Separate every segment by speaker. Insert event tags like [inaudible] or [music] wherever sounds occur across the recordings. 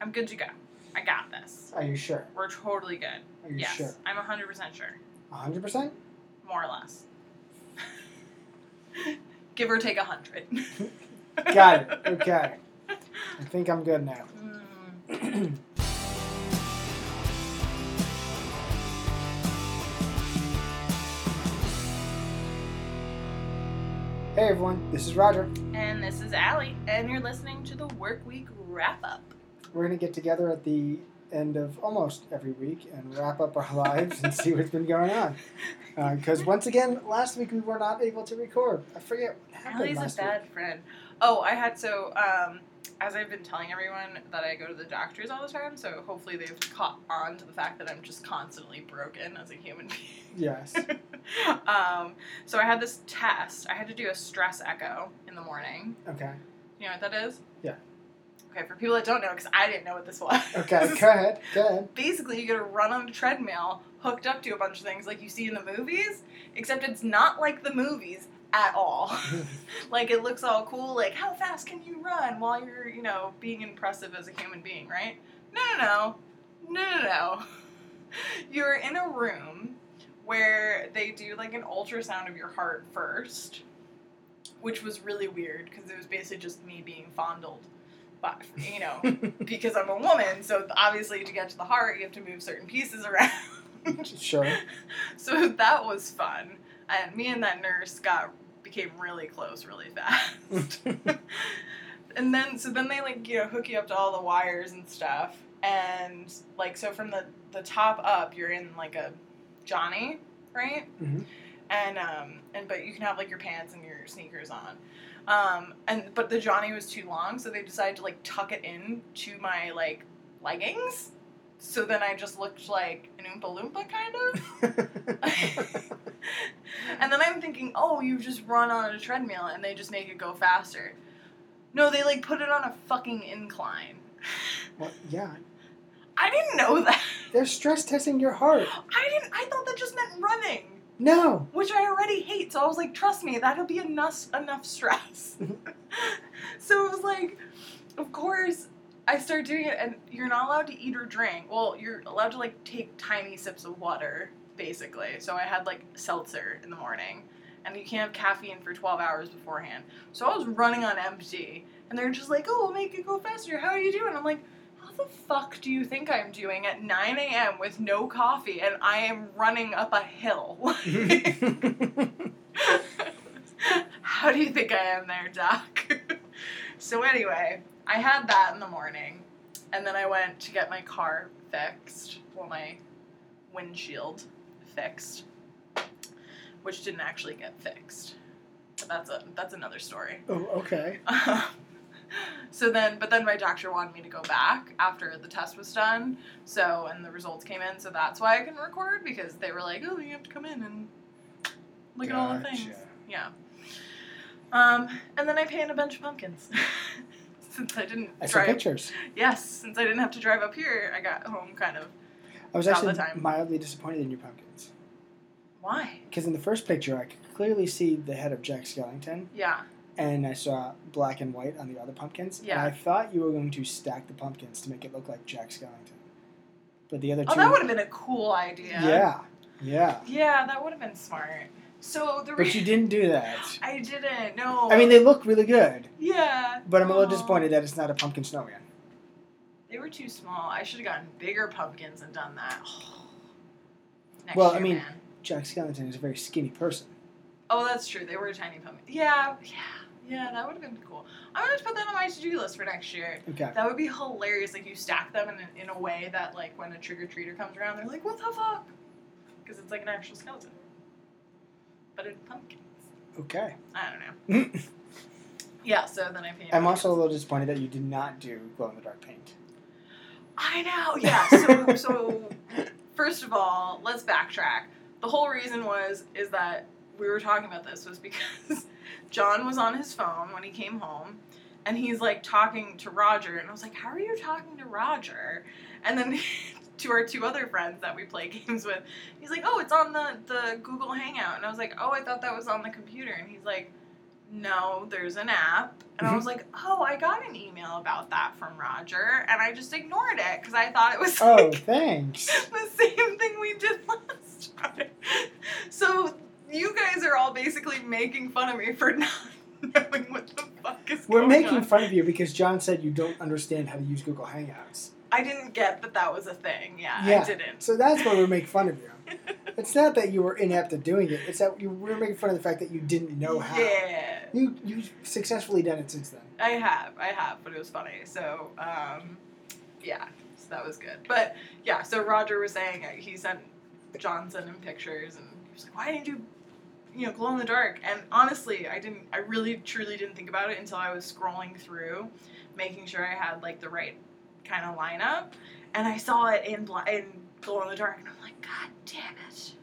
Speaker 1: I'm good to go. I got this.
Speaker 2: Are you sure?
Speaker 1: We're totally good.
Speaker 2: Are you
Speaker 1: yes,
Speaker 2: sure?
Speaker 1: I'm 100% sure,
Speaker 2: 100%?
Speaker 1: more or less. [laughs] Give or take 100.
Speaker 2: [laughs]
Speaker 1: [laughs]
Speaker 2: Got it. Okay. I think I'm good now. [clears throat]
Speaker 1: Mm.
Speaker 2: Hey everyone, this is Roger.
Speaker 1: And this is Allie, and you're listening to the Work Week Wrap Up.
Speaker 2: We're going to get together at the end of almost every week and wrap up our [laughs] lives and see what's been going on. Because once again, last week we were not able to record. I forget what happened
Speaker 1: Allie's a
Speaker 2: last
Speaker 1: bad friend. Oh, I had so um, as I've been telling everyone that I go to the doctors all the time, so hopefully they've caught on to the fact that I'm just constantly broken as a human [laughs] being.
Speaker 2: week. Yes.
Speaker 1: um, so I had this test. I had to do a stress echo in the morning.
Speaker 2: Okay.
Speaker 1: You know what that is?
Speaker 2: Yeah.
Speaker 1: Okay, for people that don't know, because I didn't know what this was.
Speaker 2: Okay, go ahead. Go
Speaker 1: [laughs]
Speaker 2: ahead.
Speaker 1: basically you get to run on a treadmill hooked up to a bunch of things like you see in the movies, except it's not like the movies at
Speaker 2: [laughs]
Speaker 1: all. like it looks all cool, like how fast can you run while you're, you know, being impressive as a human being, right? No, no, no. No, no, no. [laughs] You're in a room where they do like an ultrasound of your heart first, which was really weird because it was basically just me being fondled by, you know, because I'm a woman, so obviously to get to the heart, you have to move certain pieces around. [laughs]
Speaker 2: Sure. [laughs]
Speaker 1: so that was fun, and me and that nurse got became really close really fast. [laughs] and then so then they like you know hook you up to all the wires and stuff, and like so from the the top up, you're in like a Johnny, right?
Speaker 2: Mhm.
Speaker 1: And um and but you can have like your pants and your sneakers on. Um, and but the Johnny was too long, so they decided to like tuck it in to my like leggings. So then I just looked like an Oompa Loompa kind of. [laughs] and then I'm thinking, oh, you just run on a treadmill and they just make it go faster. No, they like put it on a fucking incline.
Speaker 2: Well, yeah.
Speaker 1: I didn't know that. [laughs]
Speaker 2: They're stress testing your heart.
Speaker 1: I didn't. I thought that just meant running, [laughs]
Speaker 2: No.
Speaker 1: which I already hate. So I was like, trust me, that'll be enough enough stress. so it was like, of course, I start doing it, and you're not allowed to eat or drink. Well, you're allowed to like take tiny sips of water, basically. So I had like seltzer in the morning, and you can't have caffeine for 12 hours beforehand. So I was running on empty, and they're just like, "Oh, we'll make it go faster. How are you doing?" I'm like. How the fuck do you think I'm doing at 9 a.m. with no coffee and I am running up a hill? [laughs]
Speaker 2: Oh,
Speaker 1: How do you think I am there, Doc? [laughs] so anyway, I had that in the morning, and then I went to get my car fixed. Well, my windshield fixed, which didn't actually get fixed. But that's a that's another story.
Speaker 2: oh, okay.
Speaker 1: [laughs] so then, but then my doctor wanted me to go back after the test was done. So and the results came in, so that's why I couldn't record because they were like, "Oh, you have to come in and look at all the things."
Speaker 2: Gotcha.
Speaker 1: Yeah. Um, and then I painted a bunch of pumpkins. [laughs] since I didn't
Speaker 2: I saw
Speaker 1: drive,
Speaker 2: pictures.
Speaker 1: yes, since I didn't have to drive up here, I got home kind of.
Speaker 2: I was
Speaker 1: All
Speaker 2: actually
Speaker 1: the time.
Speaker 2: mildly disappointed in your pumpkins.
Speaker 1: Why?
Speaker 2: Because in the first picture, I could clearly see the head of Jack Skellington,
Speaker 1: Yeah.
Speaker 2: and I saw black and white on the other pumpkins.
Speaker 1: Yeah.
Speaker 2: And I thought you were going to stack the pumpkins to make it look like Jack Skellington. But the other two.
Speaker 1: Oh, that would have been a cool idea.
Speaker 2: Yeah. Yeah.
Speaker 1: Yeah, that would have been smart. So the
Speaker 2: But you
Speaker 1: reason
Speaker 2: didn't do that.
Speaker 1: I didn't. No.
Speaker 2: I mean, they look really good,
Speaker 1: Yeah.
Speaker 2: but I'm a little
Speaker 1: Aw.
Speaker 2: disappointed that it's not a pumpkin snowman.
Speaker 1: They were too small. I should have gotten bigger pumpkins and done that. [sighs] Next
Speaker 2: Well, I
Speaker 1: year,
Speaker 2: mean-
Speaker 1: man.
Speaker 2: Jack Skellington is a very skinny person.
Speaker 1: Oh, that's true. They were tiny pumpkins. Yeah, yeah, yeah. That would have been cool. I'm gonna put that on my to-do list for next year.
Speaker 2: Okay.
Speaker 1: That would be hilarious. Like you stack them in a, in a way that, like, when a trick or treater comes around, they're like, "What the fuck?" Because it's like an actual skeleton, but in pumpkins.
Speaker 2: Okay.
Speaker 1: I don't know. Yeah. So then I painted.
Speaker 2: I'm
Speaker 1: pumpkins.
Speaker 2: also a little disappointed that you did not do glow in the dark paint.
Speaker 1: I know. Yeah. So, so first of all, let's backtrack. The whole reason was is that we were talking about this was because [laughs] John was on his phone when he came home, and he's like talking to Roger, and I was like, "How are you talking to Roger?" And then [laughs] to our two other friends that we play [laughs] games with, he's like, "Oh, it's on the the Google Hangout," and I was like, "Oh, I thought that was on the computer," and he's like. no, there's an app. And I was
Speaker 2: Mm-hmm.
Speaker 1: like, oh, I got an email about that from Roger. And I just ignored it because I thought it was
Speaker 2: Oh,
Speaker 1: like, [laughs]
Speaker 2: thanks.
Speaker 1: the same thing we did [laughs] last time. So you guys are all basically making fun of me for [laughs] not knowing what the fuck is
Speaker 2: We're
Speaker 1: going
Speaker 2: making
Speaker 1: on.
Speaker 2: fun of you because John said you don't understand how to use Google Hangouts.
Speaker 1: I didn't get that that was a thing. Yeah,
Speaker 2: Yeah.
Speaker 1: I didn't. [laughs]
Speaker 2: So that's why we make fun of you. It's not that you were inept at doing it. It's that you we're making fun of the fact that you didn't know how.
Speaker 1: Yeah.
Speaker 2: You you've successfully done it since then.
Speaker 1: I have, I have, but it was funny. So, um, yeah, so that was good. But yeah, so Roger was saying uh, he sent John sent him pictures, and he was like, "Why didn't you, you know, glow in the dark?" And honestly, I didn't. I really, truly didn't think about it until I was scrolling through, making sure I had like the right kind of lineup, and I saw it in bl- in glow in the dark, and I'm like, "God damn it!" [sighs]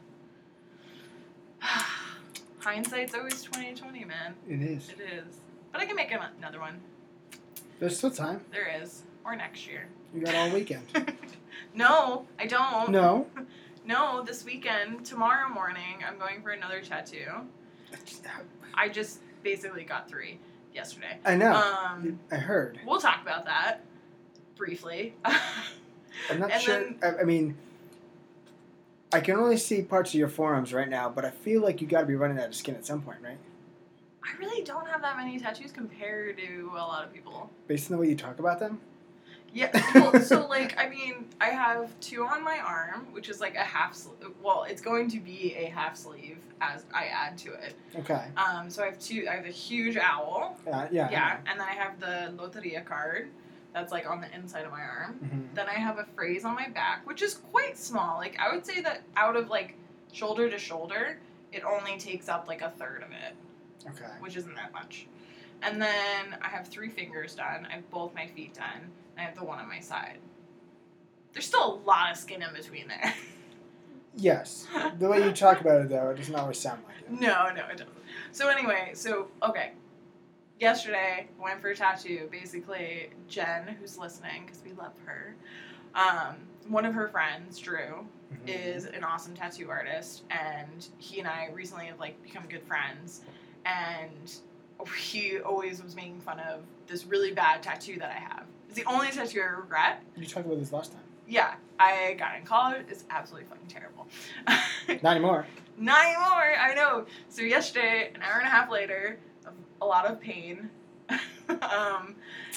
Speaker 1: Hindsight's always twenty twenty, man.
Speaker 2: It is.
Speaker 1: It is. But I can make an- another one.
Speaker 2: There's still time.
Speaker 1: There is. Or next year.
Speaker 2: You got all weekend.
Speaker 1: no, I don't. [laughs]
Speaker 2: No.
Speaker 1: No, this weekend, tomorrow morning, I'm going for another tattoo. I just basically got three yesterday.
Speaker 2: I know.
Speaker 1: Um,
Speaker 2: I heard.
Speaker 1: we'll talk about that briefly. [laughs]
Speaker 2: I'm not
Speaker 1: and
Speaker 2: sure. I, I mean, I can only see parts of your forearms right now, but I feel like you got to be running out of skin at some point, right?
Speaker 1: I really don't have that many tattoos compared to a lot of people.
Speaker 2: Based on the way you talk about them.
Speaker 1: Yeah. [laughs] Well, so like, I mean, I have two on my arm, which is like a half. Sl- well, it's going to be a half sleeve as I add to it.
Speaker 2: Okay.
Speaker 1: Um, so I have two. I have a huge owl.
Speaker 2: Uh, yeah. I
Speaker 1: Yeah, and then I have the loteria card that's like on the inside of my arm.
Speaker 2: know. Mhm.
Speaker 1: Then I have a phrase on my back, which is quite small. Like I would say that out of like shoulder to shoulder, it only takes up like a third of it,
Speaker 2: Okay.
Speaker 1: which isn't that much. And then I have three fingers done. I have both my feet done. And I have the one on my side. There's still a lot of skin in between there. [laughs]
Speaker 2: Yes. The way you talk about it, though, it doesn't always sound like it.
Speaker 1: No, no, it doesn't. So anyway, so okay. Yesterday, went for a tattoo. Basically, Jen, who's listening because we love her, um, one of her friends, Drew,
Speaker 2: Mhm.
Speaker 1: is an awesome tattoo artist, and he and I recently have like become good friends, and he always was making fun of this really bad tattoo that I have. It's the only tattoo I regret,
Speaker 2: You talked about this last time.
Speaker 1: yeah, I got in college. It's absolutely fucking terrible. [laughs]
Speaker 2: Not anymore.
Speaker 1: Not anymore. I know. So yesterday, an hour and a half later, of a lot of pain. [laughs] um,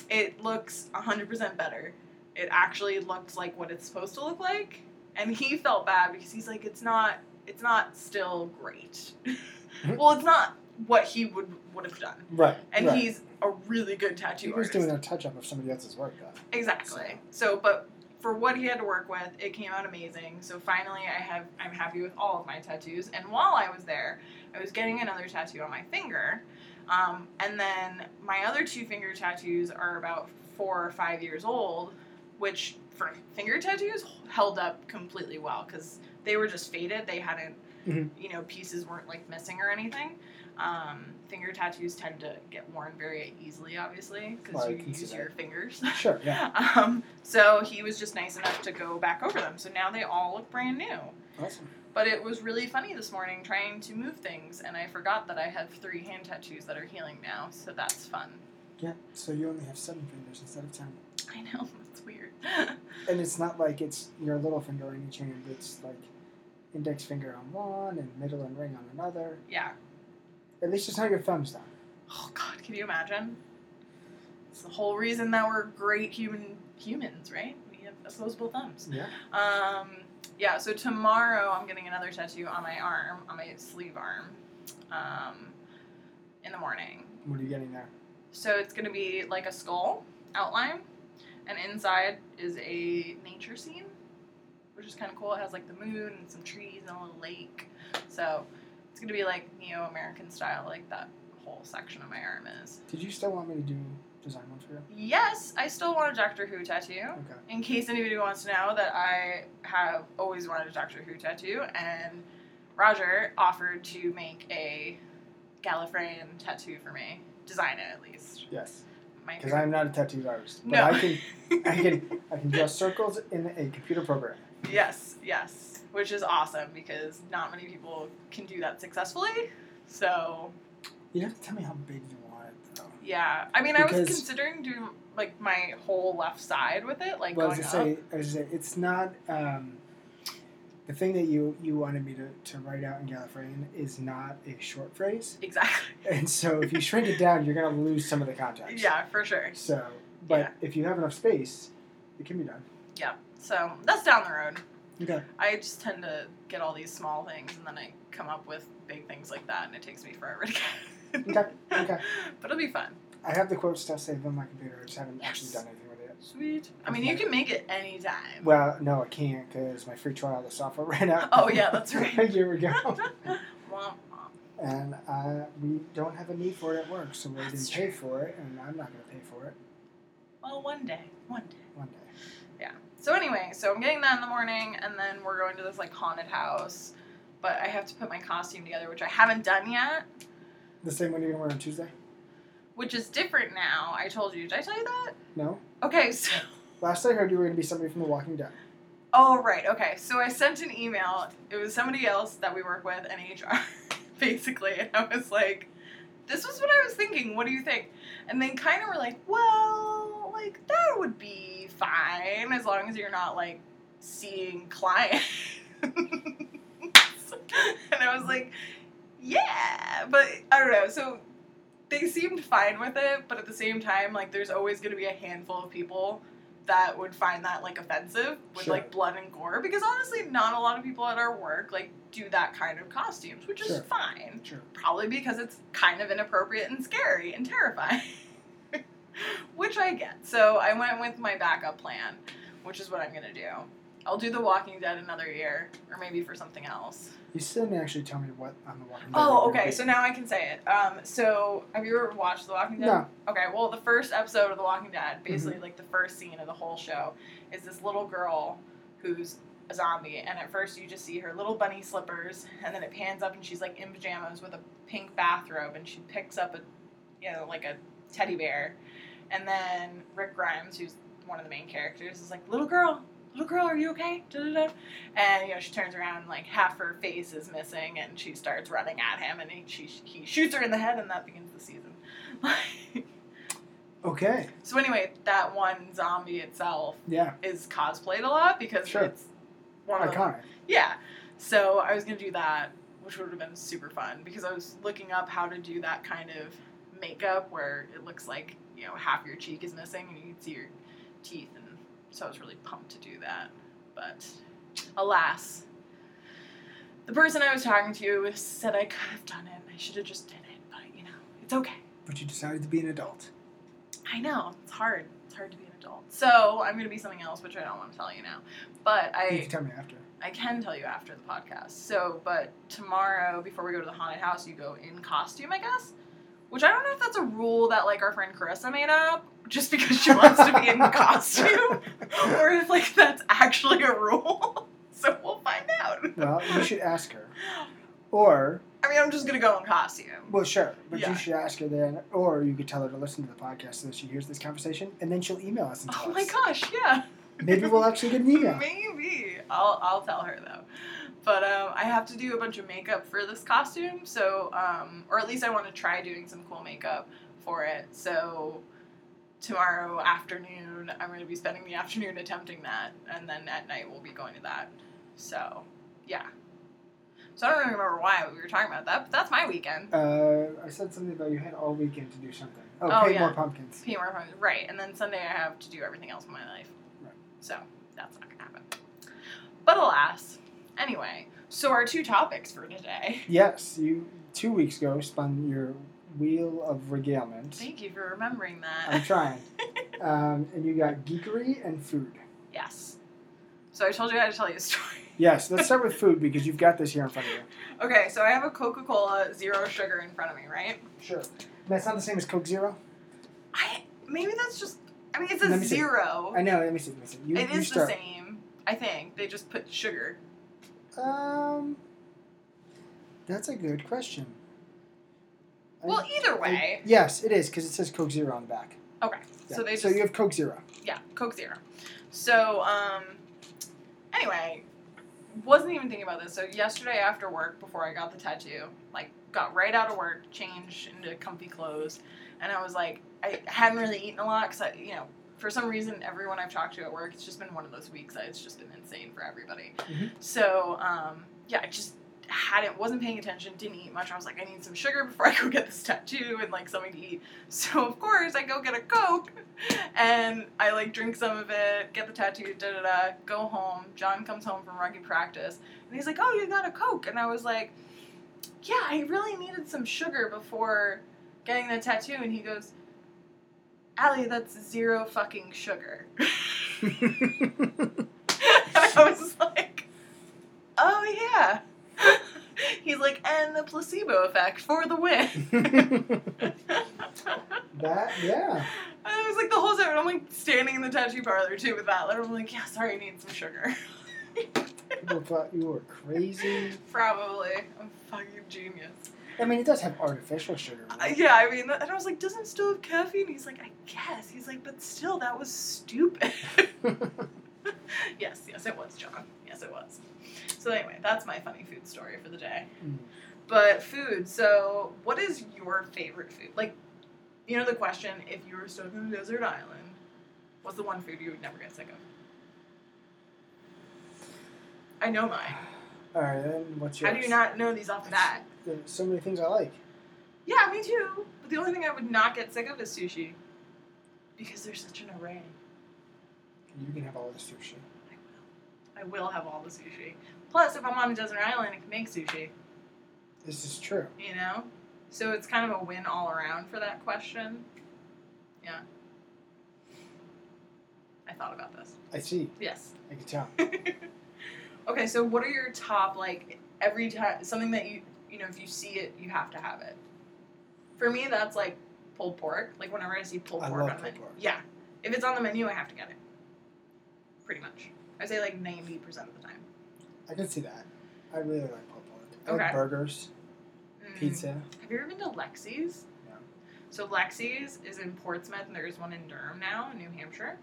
Speaker 1: it looks hundred percent better. It actually looked like what it's supposed to look like, and he felt bad because he's like, it's not, it's not still great. [laughs] well, it's not what he would would have done,
Speaker 2: Right.
Speaker 1: and
Speaker 2: right.
Speaker 1: he's a really good tattoo
Speaker 2: He was
Speaker 1: artist.
Speaker 2: doing a touch up of somebody else's work, though.
Speaker 1: Exactly. So, but for what he had to work with, it came out amazing. So finally, I have I'm happy with all of my tattoos. And while I was there, I was getting another tattoo on my finger, um, and then my other two finger tattoos are about four or five years old, which for finger tattoos held up completely well because they were just faded. They hadn't,
Speaker 2: Mhm.
Speaker 1: you know, pieces weren't like missing or anything. Um, finger tattoos tend to get worn very easily, obviously, because
Speaker 2: Well, I
Speaker 1: you
Speaker 2: can see
Speaker 1: use
Speaker 2: that.
Speaker 1: your fingers. [laughs]
Speaker 2: Sure. Yeah.
Speaker 1: Um, so he was just nice enough to go back over them. So now they all look brand new.
Speaker 2: Awesome.
Speaker 1: But it was really funny this morning trying to move things, and I forgot that I have three hand tattoos that are healing now, so that's fun. [laughs]
Speaker 2: Yeah. So you only have seven fingers instead of ten,
Speaker 1: I know, it's weird. [laughs]
Speaker 2: and it's not like it's your little finger on each hand. It's like index finger on one and middle and ring on another.
Speaker 1: yeah.
Speaker 2: At least it's not your thumbs, though.
Speaker 1: Oh, God, can you imagine? It's the whole reason that we're great human humans, right? We have opposable thumbs.
Speaker 2: Yeah.
Speaker 1: Um, yeah, so tomorrow I'm getting another tattoo on my arm, on my sleeve arm, um, in the morning.
Speaker 2: What are you getting there?
Speaker 1: So it's gonna be like a skull outline, and inside is a nature scene, which is kind of cool. It has like the moon and some trees and a little lake. So it's gonna be like neo-American style, like that whole section of my arm is.
Speaker 2: Did you still want me to do design one for you?
Speaker 1: Yes, I still want a Doctor Who tattoo.
Speaker 2: Okay.
Speaker 1: In case anybody wants to know that I have always wanted a Doctor Who tattoo, and Roger offered to make a Gallifreyan tattoo for me, design it at least.
Speaker 2: Yes.
Speaker 1: My
Speaker 2: Because I'm not a tattooed artist, but
Speaker 1: No.
Speaker 2: I
Speaker 1: [laughs]
Speaker 2: can I can I can draw circles in a computer program.
Speaker 1: Yes, yes, which is awesome because not many people can do that successfully. So
Speaker 2: You'd have to tell me how big you want it, though.
Speaker 1: Yeah. I mean, I was
Speaker 2: Because-
Speaker 1: considering doing like my whole left side with it, like
Speaker 2: well, I
Speaker 1: going
Speaker 2: was gonna
Speaker 1: up.
Speaker 2: say, I was gonna say, it's not um, the thing that you you wanted me to, to write out in Gallifreyan is not a short phrase, [laughs]
Speaker 1: exactly.
Speaker 2: and so if you shrink it down, you're gonna lose some of the context.
Speaker 1: Yeah, for sure.
Speaker 2: So, but
Speaker 1: Yeah.
Speaker 2: if you have enough space, it can be done.
Speaker 1: Yeah. So that's down the road.
Speaker 2: Okay.
Speaker 1: I just tend to get all these small things and then I come up with big things like that and it takes me forever to get. [laughs]
Speaker 2: Okay. Okay.
Speaker 1: But it'll be fun.
Speaker 2: I have the quote stuff saved on my computer. I just haven't actually
Speaker 1: Yes.
Speaker 2: done anything with it.
Speaker 1: Sweet. I mean, you
Speaker 2: Okay.
Speaker 1: can make it anytime.
Speaker 2: Well, no, I can't because my free trial of the software [laughs] ran out.
Speaker 1: Oh, yeah, that's right.
Speaker 2: [laughs] a year ago,
Speaker 1: Womp womp.
Speaker 2: and uh, we don't have a need for it at work, so we didn't
Speaker 1: That's
Speaker 2: pay for it, and I'm not gonna pay for it
Speaker 1: Well, one day. One day.
Speaker 2: one day.
Speaker 1: So anyway, so I'm getting that in the morning, and then we're going to this like haunted house. But I have to put my costume together, which I haven't done yet,
Speaker 2: The same one you're gonna wear on Tuesday?
Speaker 1: which is different now. I told you. Did I tell you that?
Speaker 2: No.
Speaker 1: Okay. [laughs] So.
Speaker 2: Last I heard, you were gonna be somebody from The Walking Dead.
Speaker 1: Oh right. Okay. So I sent an email. It was somebody else that we work with in HR, [laughs] basically, and I was like, "This was what I was thinking. What do you think?" And they kind of were like, "Well, like that would be fine as long as you're not like seeing clients." [laughs] and I was like, "Yeah," but I don't know. So they seemed fine with it, but at the same time, like there's always going to be a handful of people that would find that like offensive with
Speaker 2: Sure.
Speaker 1: like blood and gore because honestly, not a lot of people at our work like do that kind of costumes, which is
Speaker 2: Sure.
Speaker 1: fine.
Speaker 2: Sure.
Speaker 1: Probably because it's kind of inappropriate and scary and terrifying, [laughs] which I get. So I went with my backup plan, which is what I'm gonna do. I'll do The Walking Dead another year, or maybe for something else.
Speaker 2: You still didn't actually tell me what on The Walking Dead.
Speaker 1: Oh,
Speaker 2: you're gonna
Speaker 1: okay.
Speaker 2: be.
Speaker 1: So now I can say it. Um, so have you ever watched The Walking Dead?
Speaker 2: No.
Speaker 1: Okay. Well, the first episode of The Walking Dead, basically like the first scene of the whole show, is this little girl who's a zombie, and at first you just see her little bunny slippers, and then it pans up and she's like in pajamas with a pink bathrobe, and she picks up a, you know, like a teddy bear, and then Rick Grimes, who's one of the main characters, is like, "Little girl, little girl, are you okay?" Da, da, da. And you know, she turns around, and, like half her face is missing, and she starts running at him, and he, she, he shoots her in the head, and that begins the season. [laughs]
Speaker 2: Okay.
Speaker 1: so anyway, that one zombie itself
Speaker 2: Yeah.
Speaker 1: is cosplayed a lot because
Speaker 2: Sure.
Speaker 1: it's one of the
Speaker 2: Iconic.
Speaker 1: yeah. So I was gonna do that, which would have been super fun because I was looking up how to do that kind of makeup where it looks like you know half your cheek is missing and you can see your teeth, and so I was really pumped to do that. But alas, the person I was talking to said I could have done it. I should have just did it, but you know it's okay.
Speaker 2: But you decided to be an adult.
Speaker 1: I know it's hard. It's hard to be an adult. So I'm gonna be something else, which I don't want to tell you now. But I
Speaker 2: You can tell me
Speaker 1: [laughs]
Speaker 2: after.
Speaker 1: I can tell you after the podcast. So, but tomorrow, before we go to the haunted house, you go in costume, I guess. Which I don't know if that's a rule that like our friend Carissa made up, just because she wants to be in costume, or if like that's actually a rule. [laughs] so we'll find out.
Speaker 2: Well, you should ask her. Or,
Speaker 1: I mean, I'm just gonna go in costume.
Speaker 2: well, sure, but
Speaker 1: Yeah.
Speaker 2: you should ask her then, or you could tell her to listen to the podcast so that she hears this conversation, and then she'll email us and tell
Speaker 1: Oh
Speaker 2: us.
Speaker 1: my gosh, yeah.
Speaker 2: Maybe we'll actually get an email.
Speaker 1: [laughs] Maybe. I'll, I'll tell her though. But um, I have to do a bunch of makeup for this costume, so um, or at least I want to try doing some cool makeup for it. So tomorrow afternoon, I'm going to be spending the [laughs] afternoon attempting that, and then at night we'll be going to that. So yeah. So I don't really remember why we were talking about that, but that's my weekend.
Speaker 2: Uh, I said something about you had all weekend to do something. Oh,
Speaker 1: Oh,
Speaker 2: paint
Speaker 1: yeah.
Speaker 2: more pumpkins.
Speaker 1: P.M. Ryan- Right, and then Sunday I have to do everything else in my life.
Speaker 2: Right.
Speaker 1: So that's not gonna happen. But alas, anyway. So our two topics for today. [laughs]
Speaker 2: Yes, you two weeks ago spun your wheel of regalement.
Speaker 1: Thank you for remembering
Speaker 2: I'm
Speaker 1: that. [laughs]
Speaker 2: trying. um, and you got geekery and food.
Speaker 1: yes. So I told you I had to tell you a story.
Speaker 2: Yes, let's start with food because you've got this here in front of you.
Speaker 1: [laughs] Okay, so I have a Coca-Cola zero sugar in front of me, right?
Speaker 2: Sure. That's not the same as Coke Zero.
Speaker 1: I maybe that's just. I mean, it
Speaker 2: Let
Speaker 1: says
Speaker 2: me see.
Speaker 1: zero.
Speaker 2: I know. Let me see. Let me see. You,
Speaker 1: it
Speaker 2: you
Speaker 1: is the
Speaker 2: start.
Speaker 1: same. I think they just put sugar.
Speaker 2: Um, that's a good question. I-
Speaker 1: Well, either
Speaker 2: I-
Speaker 1: way.
Speaker 2: yes, it is because it says Coke Zero on the back.
Speaker 1: Okay.
Speaker 2: Yeah.
Speaker 1: So they just
Speaker 2: you
Speaker 1: [laughs]
Speaker 2: have Coke Zero. [laughs]
Speaker 1: yeah, Coke Zero. So, um, anyway, wasn't even thinking about this. So yesterday after work, before I got the tattoo, like got right out of work, changed into comfy clothes, and I was like, I hadn't really eaten a lot because I, you know, for some reason, everyone I've talked to at work, it's just been one of those weeks that it's just been insane for everybody.
Speaker 2: Mhm.
Speaker 1: So um, yeah, I just hadn't wasn't paying attention, didn't eat much. I was like, I need some sugar before [laughs] I go get this tattoo and like something to eat. So of course I go get a Coke and I like drink some of it, get the tattoo, da da da, go home. John comes home from rugby practice and he's like, Oh, you got a Coke and I was like, Yeah, I really needed some sugar before getting the tattoo and he goes, Allie, that's zero fucking sugar. [laughs] and [laughs] I was like, Oh yeah. [laughs] He's like, and the placebo effect for the win.
Speaker 2: [laughs] that yeah.
Speaker 1: And I was like the whole time, and I'm like standing in the tattoo parlor too with that letter. I'm like, yeah, sorry, I need some sugar.
Speaker 2: People thought you were crazy.
Speaker 1: [laughs] Probably. I'm a fucking genius.
Speaker 2: I mean, it does have artificial sugar. in
Speaker 1: Uh,
Speaker 2: it.
Speaker 1: yeah, I mean, and I was like, doesn't it still have caffeine? He's like, I guess. He's like, but still, that was stupid. [laughs] yes, yes, it was, John. Yes, it was. So anyway, that's my funny food story for the day.
Speaker 2: [laughs] Mm.
Speaker 1: But food. So, what is your favorite food? Like, you know the question: If you were stuck on a desert island, what's the one food you would never get sick of? I know mine.
Speaker 2: All right, then what's
Speaker 1: I
Speaker 2: yours?
Speaker 1: do not know these off the bat.
Speaker 2: There's so many things I like.
Speaker 1: Yeah, me too. But the only thing I would not get sick of is sushi, because there's such an array.
Speaker 2: You can have all the sushi.
Speaker 1: I will have all the sushi. Plus, if I'm on a desert island, I can make sushi.
Speaker 2: This is true.
Speaker 1: You know, so it's kind of a win all around for that question. Yeah. I thought about this.
Speaker 2: I see.
Speaker 1: Yes.
Speaker 2: I can tell.
Speaker 1: Okay, so what are your top like every time something that you you know if you see it you have to have it. For me, that's like pulled pork. Like whenever I see pulled
Speaker 2: I
Speaker 1: pork
Speaker 2: love
Speaker 1: on the
Speaker 2: pulled
Speaker 1: menu,
Speaker 2: pork.
Speaker 1: yeah, if it's on the menu, I have to get it. Pretty much, I say like ninety percent of the time.
Speaker 2: I can see that. I really like pulled pork. I like
Speaker 1: Okay.
Speaker 2: burgers,
Speaker 1: Mm.
Speaker 2: pizza.
Speaker 1: Have you ever been to Lexi's?
Speaker 2: No.
Speaker 1: So Lexi's is in Portsmouth, and there's one in Durham now, in New Hampshire.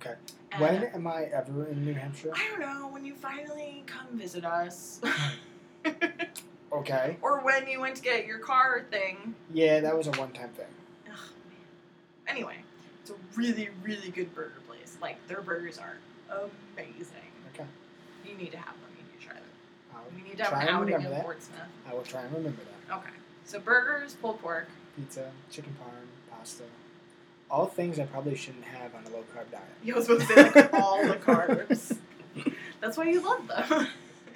Speaker 2: Okay.
Speaker 1: And
Speaker 2: When am I ever in New Hampshire?
Speaker 1: I don't know when you finally come visit
Speaker 2: [laughs]
Speaker 1: us,
Speaker 2: Okay.
Speaker 1: or when you went to get your car thing.
Speaker 2: Yeah, that was a one-time thing.
Speaker 1: Ugh, man. Anyway, it's a really, really good burger place. Like their burgers are amazing.
Speaker 2: Okay.
Speaker 1: You need to have them. You need to try them.
Speaker 2: I'll,
Speaker 1: We need to have
Speaker 2: Try
Speaker 1: an
Speaker 2: and
Speaker 1: outing in
Speaker 2: remember that.
Speaker 1: Portsmouth.
Speaker 2: I will try and remember that.
Speaker 1: Okay. So burgers, pulled pork.
Speaker 2: Pizza, chicken parm, pasta. All things I probably shouldn't have on a low-carb diet.
Speaker 1: You was supposed to say
Speaker 2: [laughs]
Speaker 1: like all the carbs. That's why you love them. [laughs]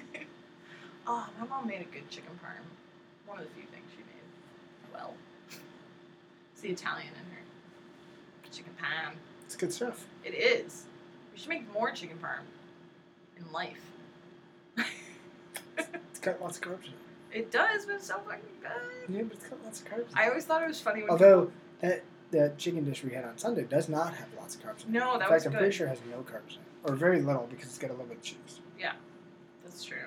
Speaker 1: oh, my mom made a good chicken parm. One of the few things she made well. It's the Italian in her. Chicken parm.
Speaker 2: It's good stuff.
Speaker 1: It is. We should make more chicken parm in life. [laughs]
Speaker 2: It's got lots of carbs in it.
Speaker 1: It does, but it's so fucking good.
Speaker 2: Yeah, but it's got lots of carbs in it.
Speaker 1: I always thought it was funny when
Speaker 2: Although that that chicken dish we had on Sunday does not have lots of carbs in it.
Speaker 1: No,
Speaker 2: in
Speaker 1: Oh, that
Speaker 2: fact,
Speaker 1: was
Speaker 2: I'm
Speaker 1: good.
Speaker 2: pretty sure it has no carbs in it, or very little because it's got a little bit of cheese.
Speaker 1: that's true.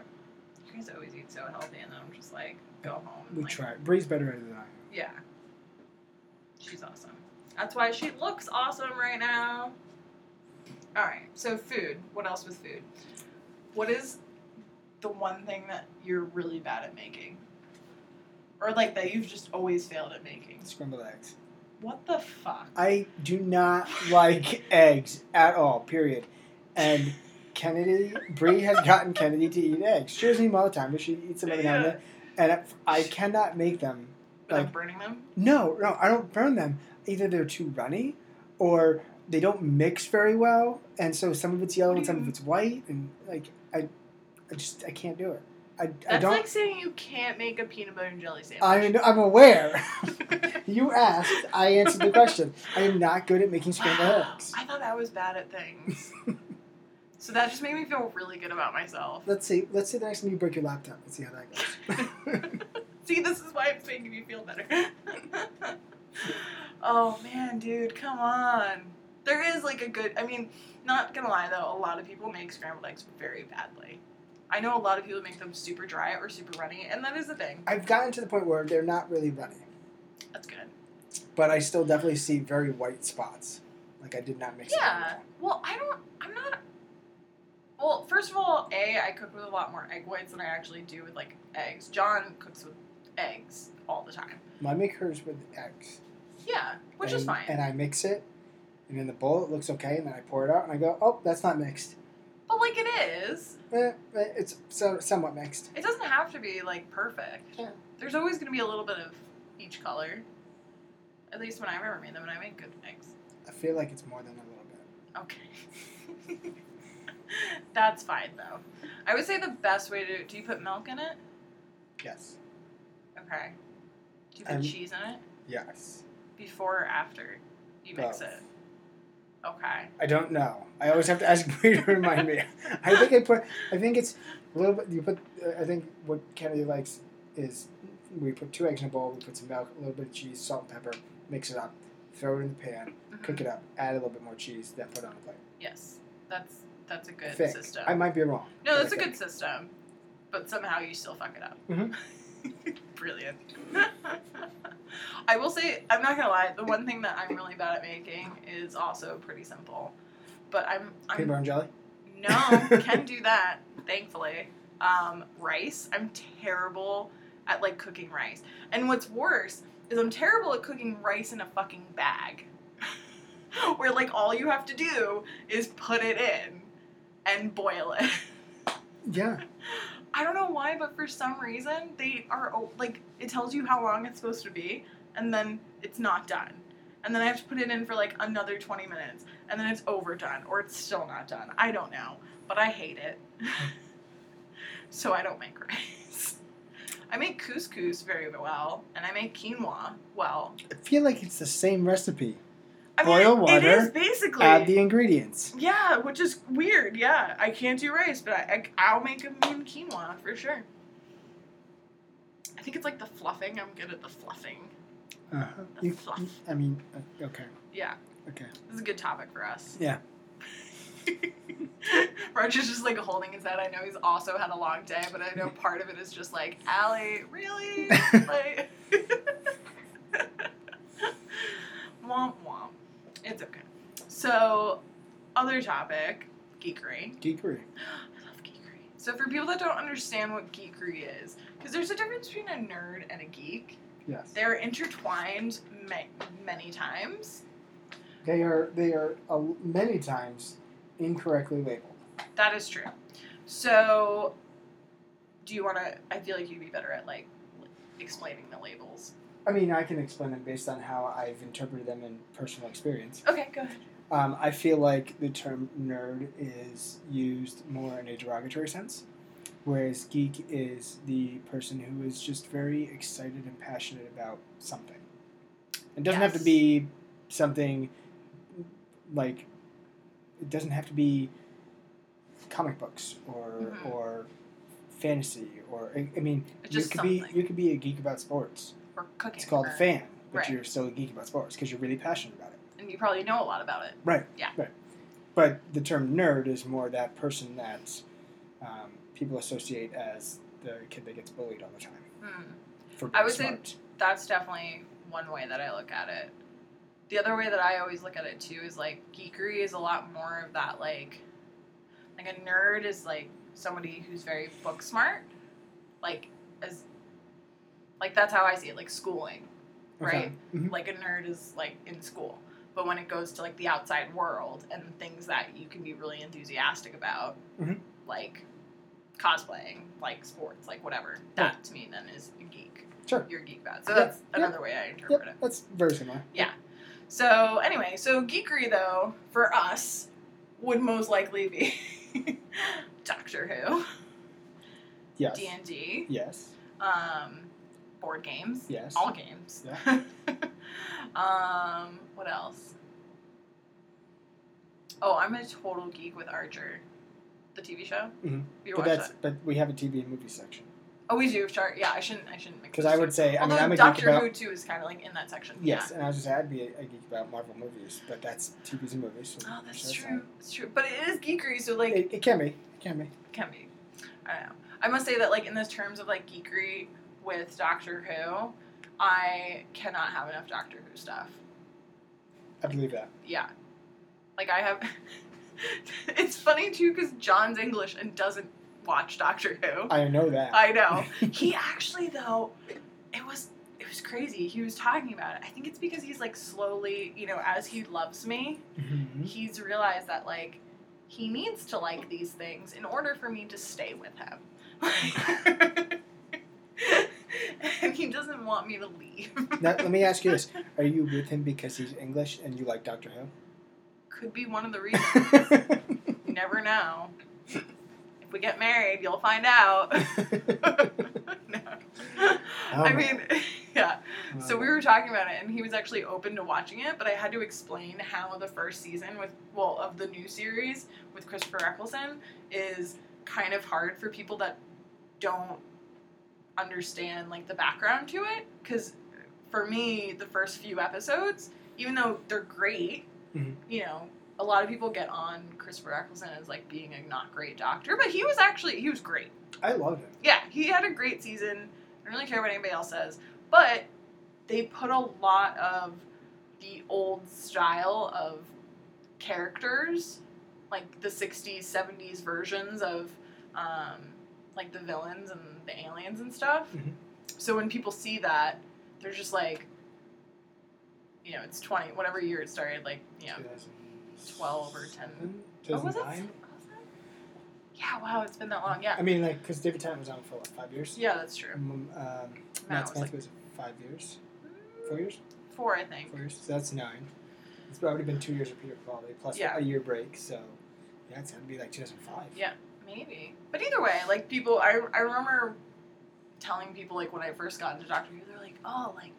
Speaker 1: You guys always eat so healthy, and then I'm just like, go home. and,
Speaker 2: We
Speaker 1: like,
Speaker 2: try. Bree's better at it than I. am.
Speaker 1: Yeah. She's awesome. That's why she looks awesome right now. All right. So food. What else with food? What is the one thing that you're really bad at making? Or like that you've just always failed at making?
Speaker 2: Scrambled eggs.
Speaker 1: What the fuck?
Speaker 2: I do not like eggs at all. Period. And Kennedy, Bree has gotten Kennedy to eat eggs. She doesn't eat them all the time, but she eats them every now and then. And if I cannot make them.
Speaker 1: Without
Speaker 2: like-
Speaker 1: burning them?
Speaker 2: No, no, I don't burn them. Either they're too runny, or they don't mix very well, and so some of it's yellow and some of it's white, and like I, I just I can't do it. I, I
Speaker 1: That's
Speaker 2: don't.
Speaker 1: like saying you can't make a peanut butter and jelly sandwich. [laughs]
Speaker 2: I mean, I'm aware. [laughs] you asked. I answered the question. I am not good at making scrambled
Speaker 1: Wow,
Speaker 2: eggs.
Speaker 1: I thought I was bad at
Speaker 2: [laughs]
Speaker 1: things. so that just made me feel really good about myself.
Speaker 2: Let's see. Let's see the next time you break your laptop. Let's see how that goes.
Speaker 1: [laughs] See, this is why it's making me feel better. [laughs] oh man, dude, come on. There is like a good. I mean, not gonna lie though, a lot of people make scrambled eggs very badly. I know a lot of people make them super dry or super runny, and that is the thing.
Speaker 2: I've gotten to the point where they're not really runny,
Speaker 1: That's good.
Speaker 2: but I still definitely see very white spots. Like I did not mix. it very
Speaker 1: Yeah. Well,
Speaker 2: well.
Speaker 1: I don't. I'm not. Well, first of all, A, I cook with a lot more egg whites than I actually do with like eggs. John cooks with eggs all the time.
Speaker 2: I make hers with eggs.
Speaker 1: Yeah, which
Speaker 2: and,
Speaker 1: is fine.
Speaker 2: And I mix it, and in the bowl it looks okay, and then I pour it out, and I go, oh, that's not mixed.
Speaker 1: but like it is.
Speaker 2: Eh, eh, it's so, somewhat mixed.
Speaker 1: It doesn't have to be like perfect.
Speaker 2: Yeah.
Speaker 1: There's always going to be a little bit of each color. At least when I remember made them and I make good eggs.
Speaker 2: I feel like it's more than a little bit.
Speaker 1: Okay. [laughs] That's fine though. I would say the best way to do you put milk in it?
Speaker 2: Yes.
Speaker 1: Okay. Do you put
Speaker 2: Um,
Speaker 1: cheese in it
Speaker 2: Yes.
Speaker 1: before or after you mix
Speaker 2: Both.
Speaker 1: it? Okay.
Speaker 2: I don't know. I always have to ask [laughs] Bree to remind me. I think I put. I think it's a little bit. You put. uh, I think what Kennedy likes is we put two eggs in a bowl. We put some milk, a little bit of cheese, salt and pepper. Mix it up. Throw it in the pan.
Speaker 1: Mhm.
Speaker 2: Cook it up. Add a little bit more cheese. Then put it on the plate.
Speaker 1: Mm-hmm. Yes. That's that's a good
Speaker 2: Thick.
Speaker 1: system.
Speaker 2: I might be wrong.
Speaker 1: no,
Speaker 2: but I
Speaker 1: that's a
Speaker 2: think-
Speaker 1: good system. But somehow you still fuck it up.
Speaker 2: Mhm.
Speaker 1: [laughs] Brilliant. I will say, I'm not gonna lie, the one thing that I'm really bad at making is also pretty simple. But I'm I'm
Speaker 2: Peanut butter and jelly.
Speaker 1: No, can do that, thankfully. Um, rice. I'm terrible at like cooking rice. And what's worse is I'm terrible at cooking rice in a fucking bag. [laughs] Where like all you have to do is put it in and boil it.
Speaker 2: Yeah.
Speaker 1: I don't know why, but for some reason they are oh, like it tells you how long it's supposed to be, and then it's not done, and then I have to put it in for like another twenty minutes, and then it's overdone or it's still not done. I don't know, but I hate it, [laughs] so I don't make rice. [laughs] I make couscous very well, and I make quinoa well.
Speaker 2: I feel like it's the same recipe.
Speaker 1: I
Speaker 2: Boil
Speaker 1: mean, it-
Speaker 2: water,
Speaker 1: it is basically
Speaker 2: Add the ingredients.
Speaker 1: yeah, which is weird. Yeah, I can't do rice, but I, I I'll make a mean quinoa for sure. I think it's like the fluffing. I'm good at the fluffing.
Speaker 2: Uh-huh.
Speaker 1: The
Speaker 2: You,
Speaker 1: fluff.
Speaker 2: you- I mean, uh, okay,
Speaker 1: Yeah,
Speaker 2: okay.
Speaker 1: this is a good topic for us. [laughs]
Speaker 2: Yeah.
Speaker 1: Roger's just like holding his head. I know he's also had a long day, but I know part of it is just like, Allie, really? like, [laughs] womp womp. It's okay. So, other topic, geekery.
Speaker 2: Geekery.
Speaker 1: I love geekery. So for people that don't understand what geekery is, because there's a difference between a nerd and a geek.
Speaker 2: Yes.
Speaker 1: They're intertwined ma- many times.
Speaker 2: They are they are uh, many times incorrectly labeled.
Speaker 1: That is true. So, do you want to? I feel like you'd be better at like l- explaining the labels.
Speaker 2: I mean, I can explain them based on how I've interpreted them in personal experience.
Speaker 1: Okay, go ahead.
Speaker 2: Um, I feel like the term nerd is used more in a derogatory sense, whereas geek is the person who is just very excited and passionate about something. It doesn't have
Speaker 1: Yes.
Speaker 2: to be something like it doesn't have to be comic books or
Speaker 1: Mhm.
Speaker 2: or fantasy or I, I mean
Speaker 1: It's
Speaker 2: you
Speaker 1: just
Speaker 2: could be
Speaker 1: something.
Speaker 2: you could be a geek about sports.
Speaker 1: Or cooking.
Speaker 2: It's called
Speaker 1: or-
Speaker 2: a fan, but
Speaker 1: Right.
Speaker 2: you're still a geek about sports because you're really passionate about it.
Speaker 1: And you probably know a lot about it.
Speaker 2: Right.
Speaker 1: Yeah.
Speaker 2: Right. But the term nerd is more that person that um, people associate as the kid that gets bullied all the time
Speaker 1: Hmm.
Speaker 2: for being
Speaker 1: I would say-
Speaker 2: smart.
Speaker 1: that's definitely one way that I look at it. The other way that I always look at it too is like geekery is a lot more of that like like a nerd is like somebody who's very book smart. Like as like that's how I see it, like schooling.
Speaker 2: Okay. Mhm.
Speaker 1: Like a nerd is like in school. But when it goes to like the outside world and things that you can be really enthusiastic about,
Speaker 2: Mhm.
Speaker 1: like cosplaying, like sports, like whatever, that to me then is a geek
Speaker 2: Sure.
Speaker 1: you're geek about. So
Speaker 2: Yeah,
Speaker 1: that's
Speaker 2: yeah,
Speaker 1: another way I interpret it.
Speaker 2: Yep, that's very similar.
Speaker 1: So anyway, so geekery though for us would most likely be [laughs] Doctor Who,
Speaker 2: Yes.
Speaker 1: D and D,
Speaker 2: Yes.
Speaker 1: um, board games,
Speaker 2: Yes.
Speaker 1: all games. [laughs] um, what else? Oh, I'm a total geek with Archer, the TV show.
Speaker 2: Mhm.
Speaker 1: You
Speaker 2: but
Speaker 1: watch
Speaker 2: that's
Speaker 1: that?
Speaker 2: but we have a TV and movie section
Speaker 1: Oh, we do. Sorry, yeah, I shouldn't. I shouldn't make.
Speaker 2: because
Speaker 1: those
Speaker 2: I
Speaker 1: two.
Speaker 2: would say I
Speaker 1: Although
Speaker 2: mean I'm a geek
Speaker 1: Doctor
Speaker 2: about
Speaker 1: Who too is kind of like in that section. Yeah.
Speaker 2: yes, and I was just I'd be a, a geek about Marvel movies, but that's TVs and movies. so-
Speaker 1: Oh, that's
Speaker 2: so
Speaker 1: true. It's true. But it is geekery, so like
Speaker 2: not- It, it can be. It can be.
Speaker 1: can be. I don't know. I must say that like in the terms of like geekery with Doctor Who, I cannot have enough Doctor Who stuff.
Speaker 2: I believe that.
Speaker 1: Yeah. Like I have [laughs] It's funny too because John's English and doesn't watch Doctor Who.
Speaker 2: I know that.
Speaker 1: I
Speaker 2: [laughs]
Speaker 1: know. He actually though, it was it was crazy. He was talking about it. I think it's because he's like slowly, you know, as he loves me,
Speaker 2: Mhm.
Speaker 1: he's realized that like he needs to like these things in order for me to stay with him. [laughs] and he doesn't want me to leave.
Speaker 2: Now, let me ask you this: Are you with him because he's English and you like Doctor Who?
Speaker 1: [laughs] Could be one of the reasons.
Speaker 2: [laughs]
Speaker 1: You never know. If we get married, you'll find out. [laughs] No. I
Speaker 2: man.
Speaker 1: mean, [laughs] yeah. [laughs] So we were talking about it, and he was actually open to watching it, but I had to explain how the first season with well of the new series with Christopher Eccleston is kind of hard for people that don't understand like the background to it. Because for me, the first few episodes, even though they're great,
Speaker 2: Mhm.
Speaker 1: you know. A lot of people get on Christopher Eccleston as like being a not great doctor, but he was actually he was great.
Speaker 2: I love him.
Speaker 1: Yeah, he had a great season. I don't really care what anybody else says, but they put a lot of the old style of characters, like the '60s, '70s versions of um, like the villains and the aliens and stuff.
Speaker 2: Mhm.
Speaker 1: So when people see that, they're just like, you know, it's 20, whatever year it started, like you know, 12 or 10. what Oh, was it?
Speaker 2: 2009?
Speaker 1: Was it? Yeah, wow, it's been that long. Yeah,
Speaker 2: I mean, like, because David Tennant was on for what, five years?
Speaker 1: yeah, that's true.
Speaker 2: Um, um, Matt
Speaker 1: Matt was
Speaker 2: Smith
Speaker 1: like
Speaker 2: was five years, four years,
Speaker 1: four, I think.
Speaker 2: four years. So that's nine. It's probably been two years of Peter Quality plus
Speaker 1: Yeah.
Speaker 2: a year break. So yeah, it's gonna be like 2005.
Speaker 1: Yeah. Maybe. But either way, like people, I, I remember telling people like when I first got into Doctor Who, they're like, oh, like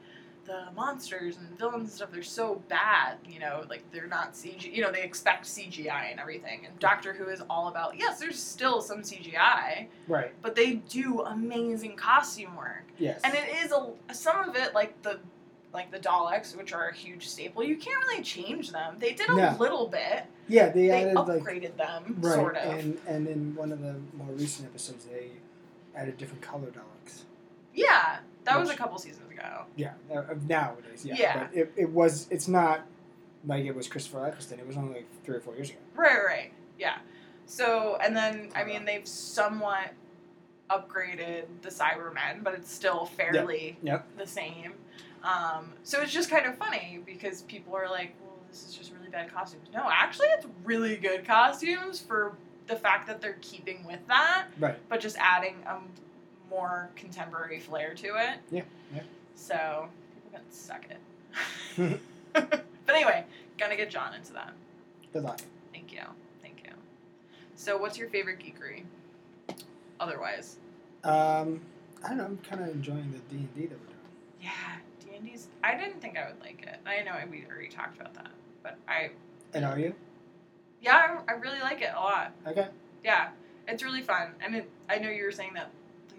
Speaker 1: the monsters and villains and stuff, they're so bad, you know, like they're not CG, you know, they expect CGI and everything. And Doctor Who is all about, yes, there's still some CGI,
Speaker 2: Right.
Speaker 1: but they do amazing costume work.
Speaker 2: Yes.
Speaker 1: And it is a some of it like the like the Daleks, which are a huge staple. You can't really change them. They did a
Speaker 2: No.
Speaker 1: little bit.
Speaker 2: yeah, they,
Speaker 1: They
Speaker 2: added like
Speaker 1: upgraded them,
Speaker 2: right,
Speaker 1: sort of.
Speaker 2: and and in one of the more recent episodes, they added different color Daleks.
Speaker 1: Yeah, that was a
Speaker 2: Which-
Speaker 1: couple seasons ago.
Speaker 2: Yeah, uh, of nowadays. Yeah.
Speaker 1: Yeah.
Speaker 2: But it, it was. It's not like it was Christopher Eccleston. It was only like three or four years ago.
Speaker 1: Right, right, right. Yeah. So, and then, I mean, they've somewhat upgraded the Cybermen, but it's still fairly
Speaker 2: Yep.
Speaker 1: the same. Um, so it's just kind of funny because people are like, well, this is just really bad costumes. No, actually, it's really good costumes for the fact that they're keeping with that, [laughs]
Speaker 2: Right.
Speaker 1: but just adding a more contemporary flair to it.
Speaker 2: Yeah, yeah.
Speaker 1: So, people can suck it. [laughs] but anyway, gonna get John into that.
Speaker 2: Good luck.
Speaker 1: Thank you. Thank you. So, what's your favorite geekery? Otherwise,
Speaker 2: Um, I don't know. I'm kind of enjoying the D and D that we're doing.
Speaker 1: yeah, D and D's. I didn't think I would like it. I know we already talked about that, but I,
Speaker 2: And are you
Speaker 1: yeah, I, I really like it a lot.
Speaker 2: okay?
Speaker 1: Yeah, it's really fun, and it, I know you were saying that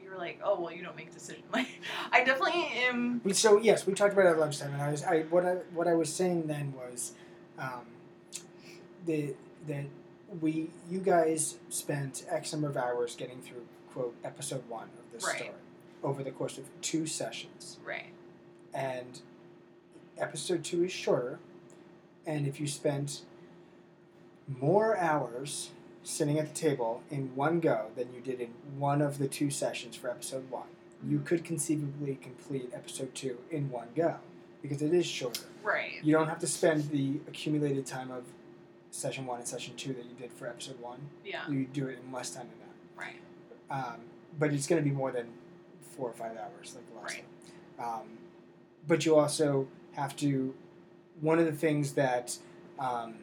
Speaker 1: you were like, oh well, you don't make decisions. [laughs] Like, I definitely am.
Speaker 2: We, so yes, we talked about it at lunchtime, and I was I what I what I was saying then was, um, the that we you guys spent X number of hours getting through quote episode one of this
Speaker 1: Right.
Speaker 2: story over the course of two sessions.
Speaker 1: Right.
Speaker 2: and episode two is shorter. And if you spent more hours sitting at the table in one go than you did in one of the two sessions for episode one, you could conceivably complete episode two in one go because it is shorter.
Speaker 1: Right.
Speaker 2: You don't have to spend the accumulated time of session one and session two that you did for episode one.
Speaker 1: Yeah.
Speaker 2: You do it in less time than that
Speaker 1: Right.
Speaker 2: um, but it's going to be more than four or five hours, like the last
Speaker 1: Right.
Speaker 2: one. Um, but you also have to. One of the things that um,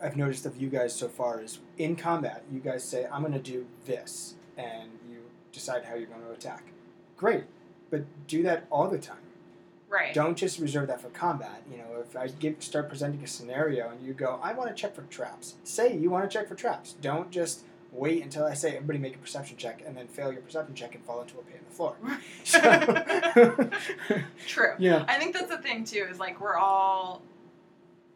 Speaker 2: I've noticed of you guys so far is in combat, you guys say, "I'm going to do this," and you decide how you're going to attack. Great, but do that all the time
Speaker 1: Right.
Speaker 2: don't just reserve that for combat. You know, if I give, start presenting a scenario and you go, I want to check for traps. Say you want to check for traps. Don't just wait until I say everybody make a perception check and then fail your perception check and fall into a pit in the floor. So, [laughs]
Speaker 1: True.
Speaker 2: you know,
Speaker 1: I think that's the thing too. Is like we're all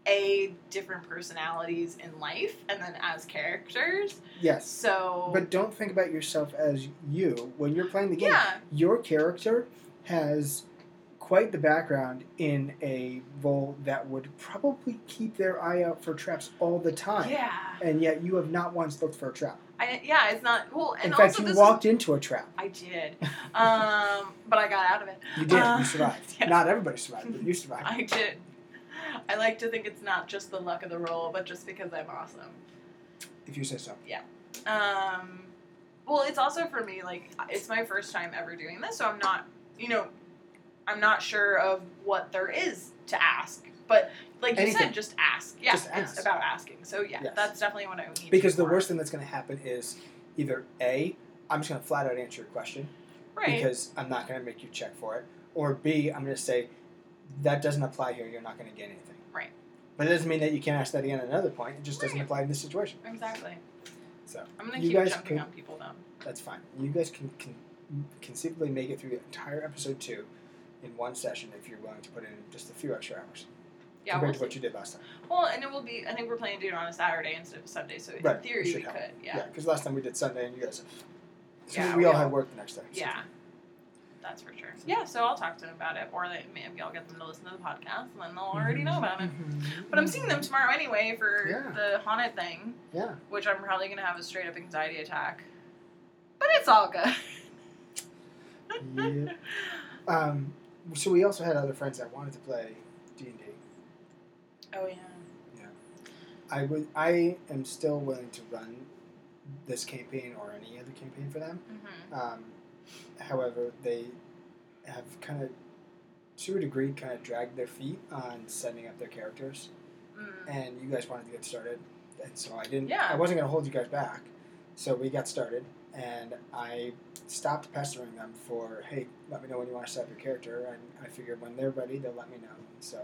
Speaker 1: a different personalities in life, and then as characters.
Speaker 2: yes.
Speaker 1: So.
Speaker 2: But don't think about yourself as you when you're playing the game.
Speaker 1: yeah.
Speaker 2: Your character has quite the background in a role that would probably keep their eye out for traps all the time.
Speaker 1: Yeah.
Speaker 2: And yet you have not once looked for a trap.
Speaker 1: I, yeah, it's not well. And
Speaker 2: in fact,
Speaker 1: also
Speaker 2: you
Speaker 1: this
Speaker 2: walked into a trap.
Speaker 1: Is, I did, um, but I got out of it.
Speaker 2: You did.
Speaker 1: Uh,
Speaker 2: you survived.
Speaker 1: [laughs] yeah.
Speaker 2: Not everybody survived, but you survived.
Speaker 1: I did. I like to think it's not just the luck of the roll, but just because I'm awesome.
Speaker 2: if you say so.
Speaker 1: Um, well, it's also for me like it's my first time ever doing this, so I'm not, you know, I'm not sure of what there is to ask. But like you
Speaker 2: Anything.
Speaker 1: said, just ask. Yeah,
Speaker 2: Just
Speaker 1: it's
Speaker 2: ask.
Speaker 1: about asking. So yeah,
Speaker 2: Yes.
Speaker 1: that's definitely what I would need.
Speaker 2: Because
Speaker 1: to
Speaker 2: the
Speaker 1: do
Speaker 2: worst thing that's going to happen is either A, I'm just going to flat out answer your question
Speaker 1: more. right?
Speaker 2: because I'm not going to make you check for it, or B, I'm going to say that doesn't apply here. You're not going to get anything.
Speaker 1: Right.
Speaker 2: But it doesn't mean that you can't ask that again at another point. It just doesn't
Speaker 1: Right.
Speaker 2: apply in this situation.
Speaker 1: exactly.
Speaker 2: So
Speaker 1: I'm gonna
Speaker 2: You
Speaker 1: keep
Speaker 2: guys
Speaker 1: jumping
Speaker 2: could-
Speaker 1: on people though.
Speaker 2: that's fine. You guys can, can conceivably make it through the entire episode two in one session if you're willing to put in just a few extra hours
Speaker 1: Yeah,
Speaker 2: compared
Speaker 1: we'll
Speaker 2: to what
Speaker 1: see.
Speaker 2: you did last time.
Speaker 1: Well, and it will be. I think we're playing Dude on a Saturday instead of Sunday, so in
Speaker 2: Right, it
Speaker 1: theory
Speaker 2: should
Speaker 1: we
Speaker 2: help.
Speaker 1: could. Yeah.
Speaker 2: because last time we did Sunday and you guys. So
Speaker 1: Yeah,
Speaker 2: we
Speaker 1: we
Speaker 2: all
Speaker 1: all-
Speaker 2: had work the next day. so-
Speaker 1: Yeah. That's for sure. Yeah, so I'll talk to them about it, or they, maybe I'll get them to listen to the podcast, and then they'll already
Speaker 2: Mm-hmm.
Speaker 1: know about it. But I'm seeing them tomorrow anyway for
Speaker 2: Yeah.
Speaker 1: the haunted thing, [laughs]
Speaker 2: Yeah.
Speaker 1: which I'm probably gonna have a straight up anxiety attack. But it's all good.
Speaker 2: yeah. Um, so we also had other friends that wanted to play D and
Speaker 1: [laughs]
Speaker 2: D.
Speaker 1: Oh yeah.
Speaker 2: I would. I am still willing to run this campaign or any other campaign for them.
Speaker 1: Mm-hmm.
Speaker 2: Um, however, they have kind of, to a degree, kind of dragged their feet on setting up their characters,
Speaker 1: Mm.
Speaker 2: and you guys wanted to get started, and so I didn't.
Speaker 1: Yeah.
Speaker 2: I wasn't going to hold you guys back, so we got started, and I stopped pestering them for, hey, let me know when you want to set up your character, and I figured when they're ready, they'll let me know. So,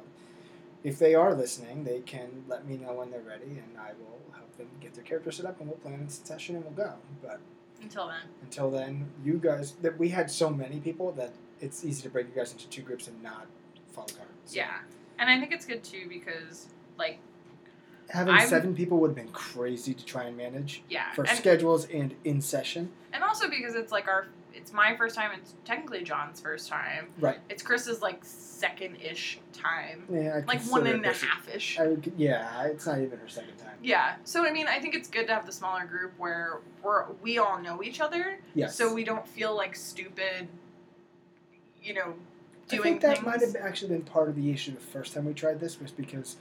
Speaker 2: if they are listening, they can let me know when they're ready, and I will help them get their character set up, and we'll plan a session, and we'll go. But
Speaker 1: Until then.
Speaker 2: until then, you guys that we had so many people that it's easy to break you guys into two groups and not follow cards.
Speaker 1: Yeah. And I think it's good too because like
Speaker 2: Having
Speaker 1: I'm-
Speaker 2: seven people would have been crazy to try and manage
Speaker 1: yeah.
Speaker 2: for
Speaker 1: and,
Speaker 2: schedules and in session.
Speaker 1: and also because it's like our it's my first time, it's technically John's first time.
Speaker 2: Right.
Speaker 1: It's Chris's like second ish time.
Speaker 2: Yeah, I'd
Speaker 1: Like
Speaker 2: consider
Speaker 1: one
Speaker 2: it
Speaker 1: and a
Speaker 2: this-
Speaker 1: half ish.
Speaker 2: I would, yeah, it's not even her second time.
Speaker 1: Yeah. So I mean, I think it's good to have the smaller group where we're we all know each other,
Speaker 2: Yes.
Speaker 1: so we don't feel like stupid. You know, doing
Speaker 2: I think that
Speaker 1: things.
Speaker 2: might have actually been part of the issue the first time we tried this was because,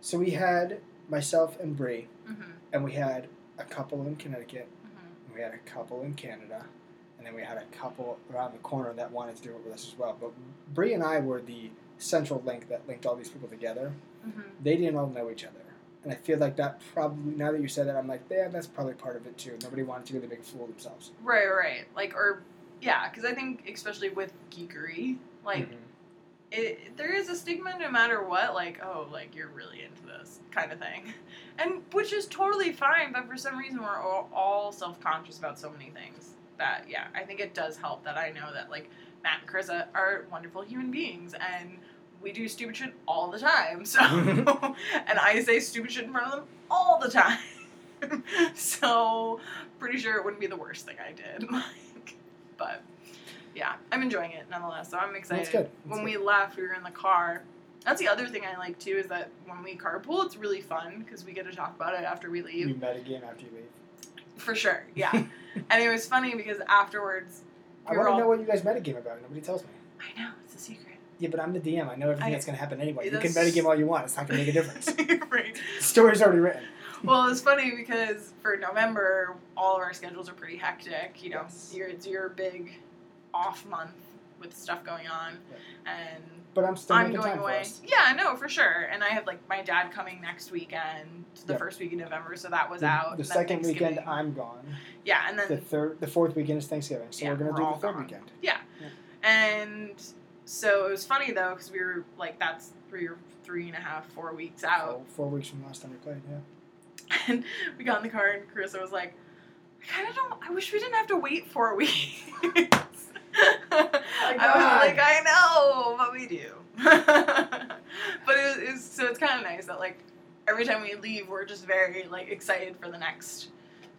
Speaker 2: so we had myself and Bree,
Speaker 1: Mhm,
Speaker 2: and we had a couple in Connecticut,
Speaker 1: mhm.
Speaker 2: We had a couple in Canada, and then we had a couple around the corner that wanted to do it with us as well. But Bree and I were the central link that linked all these people together.
Speaker 1: Mhm.
Speaker 2: They didn't all know each other. And I feel like that probably, now that you said that, I'm like, yeah, that's probably part of it too. Nobody wanted to really make a fool of themselves.
Speaker 1: Right, right. Like, or yeah, because I think especially with geekery, like
Speaker 2: Mm-hmm.
Speaker 1: it, there is a stigma no matter what. Like, oh, like you're really into this kind of thing, [laughs] and which is totally fine. But for some reason, we're all, all self conscious about so many things. That yeah, I think it does help that I know that like Matt and Chris are wonderful human beings and. We do stupid shit all the time, [laughs]
Speaker 2: [laughs]
Speaker 1: so and I say stupid shit in front of them all the time. [laughs] so pretty sure it wouldn't be the worst thing I did. [laughs] Like, but yeah, I'm enjoying it nonetheless. So I'm excited.
Speaker 2: That's good. That's
Speaker 1: when
Speaker 2: good.
Speaker 1: we left, we were in the car. That's the other thing I like too is that when we carpool, it's really fun because we get to talk about it after we leave.
Speaker 2: you met again after you leave.
Speaker 1: For
Speaker 2: [laughs]
Speaker 1: sure, [laughs] yeah. and it was funny because afterwards,
Speaker 2: I
Speaker 1: we were
Speaker 2: want
Speaker 1: all.
Speaker 2: to know what you guys met a game about. Nobody tells me.
Speaker 1: I know it's a secret.
Speaker 2: Yeah, but I'm the DM. I know everything
Speaker 1: I-
Speaker 2: that's going to happen anyway. You can
Speaker 1: That's-
Speaker 2: met a game all you want. It's not going to make
Speaker 1: [laughs]
Speaker 2: a difference.
Speaker 1: right.
Speaker 2: the story's already written.
Speaker 1: well, it's funny because for November, all of our schedules are pretty hectic. You know,
Speaker 2: Yes.
Speaker 1: your it's your big off month with stuff going on, and
Speaker 2: But I'm still
Speaker 1: I'm
Speaker 2: making
Speaker 1: going
Speaker 2: time for
Speaker 1: away.
Speaker 2: us.
Speaker 1: Yeah, I know for sure. And I have like my dad coming next weekend, the
Speaker 2: Yeah.
Speaker 1: first week in November, so that was
Speaker 2: The-
Speaker 1: out.
Speaker 2: the
Speaker 1: and then
Speaker 2: second weekend,
Speaker 1: Thanksgiving.
Speaker 2: I'm gone.
Speaker 1: yeah, and
Speaker 2: the
Speaker 1: then
Speaker 2: third, the fourth weekend is Thanksgiving, so
Speaker 1: Yeah,
Speaker 2: we're gonna
Speaker 1: we're
Speaker 2: do
Speaker 1: all
Speaker 2: the third
Speaker 1: gone.
Speaker 2: weekend.
Speaker 1: and so it was funny though because we were like that's three or three and a half, four weeks out.
Speaker 2: Four- four weeks from last time we played. Yeah,
Speaker 1: [laughs] And we got in the car, and Carissa was like, I kind of don't, I wish we didn't have to wait four [laughs] weeks.
Speaker 2: God.
Speaker 1: I was like, I know, but we do. [laughs] but it was, it was- so it's kind of nice that, like, every time we leave, we're just very, like, excited for the next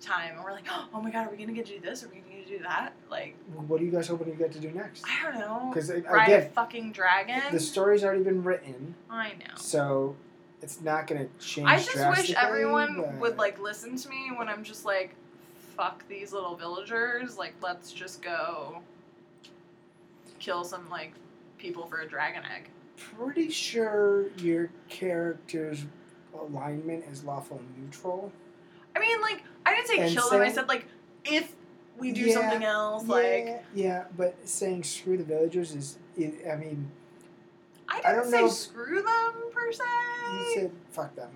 Speaker 1: time, and we're like, oh my god, are we gonna get to do this? Are we gonna get to do that? Like,
Speaker 2: What are you guys hoping to get to do next?
Speaker 1: I don't know.
Speaker 2: Because
Speaker 1: Ride a
Speaker 2: again,
Speaker 1: fucking dragon.
Speaker 2: the story's already been written,
Speaker 1: I know.
Speaker 2: so it's not going to change.
Speaker 1: I just wish
Speaker 2: drastically,
Speaker 1: everyone
Speaker 2: but-
Speaker 1: would like listen to me when I'm just like, fuck these little villagers. Like, let's just go kill some like people for a dragon egg.
Speaker 2: Pretty sure your character's alignment is lawful neutral.
Speaker 1: I mean, like, I didn't say
Speaker 2: And
Speaker 1: kill them. I
Speaker 2: so-
Speaker 1: said like, if we do
Speaker 2: Yeah,
Speaker 1: something else, like,
Speaker 2: yeah, yeah, but saying screw the villagers is, it, I mean,
Speaker 1: I didn't
Speaker 2: I don't
Speaker 1: say
Speaker 2: know if-
Speaker 1: screw them per se.
Speaker 2: you said fuck them.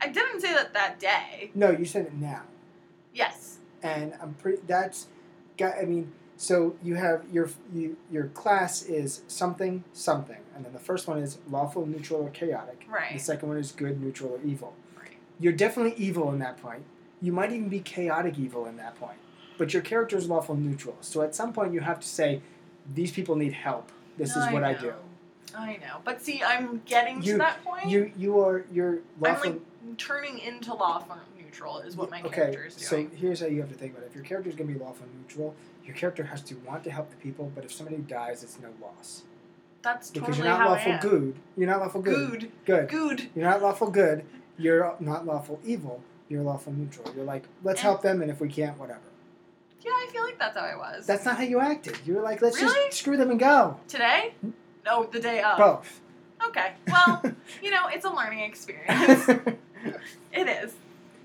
Speaker 1: I didn't say that that day.
Speaker 2: No, you said it now.
Speaker 1: Yes.
Speaker 2: and I'm pretty. That's got. I mean, so you have your you, your class is something something, and then the first one is lawful, neutral, or chaotic.
Speaker 1: Right.
Speaker 2: And the second one is good, neutral, or evil.
Speaker 1: Right.
Speaker 2: You're definitely evil in that point. You might even be chaotic evil in that point. But your character is lawful neutral. So at some point you have to say, these people need help. This
Speaker 1: No,
Speaker 2: is what I,
Speaker 1: know.
Speaker 2: do.
Speaker 1: I know, but see, I'm getting
Speaker 2: You-
Speaker 1: to that point.
Speaker 2: You you are you're
Speaker 1: I'm
Speaker 2: lawful.
Speaker 1: like turning into lawful neutral is what my
Speaker 2: okay,
Speaker 1: character is doing.
Speaker 2: So here's how you have to think about it. If your character is going to be lawful neutral, your character has to want to help the people, but if somebody dies, it's no loss.
Speaker 1: That's
Speaker 2: Because
Speaker 1: totally
Speaker 2: you're not
Speaker 1: how
Speaker 2: lawful
Speaker 1: I am.
Speaker 2: good. You're not lawful good.
Speaker 1: Good.
Speaker 2: Good.
Speaker 1: Good.
Speaker 2: You're not lawful good. You're not lawful evil. You're lawful neutral. You're like, let's
Speaker 1: Eh.
Speaker 2: help them, and if we can't, whatever.
Speaker 1: Yeah, I feel like that's how I was.
Speaker 2: That's not how you acted. You were like, let's
Speaker 1: Really?
Speaker 2: just screw them and go.
Speaker 1: Today?
Speaker 2: Hmm?
Speaker 1: No, the day of.
Speaker 2: Both.
Speaker 1: Okay.
Speaker 2: [laughs]
Speaker 1: Well, you know, it's a learning experience. it is.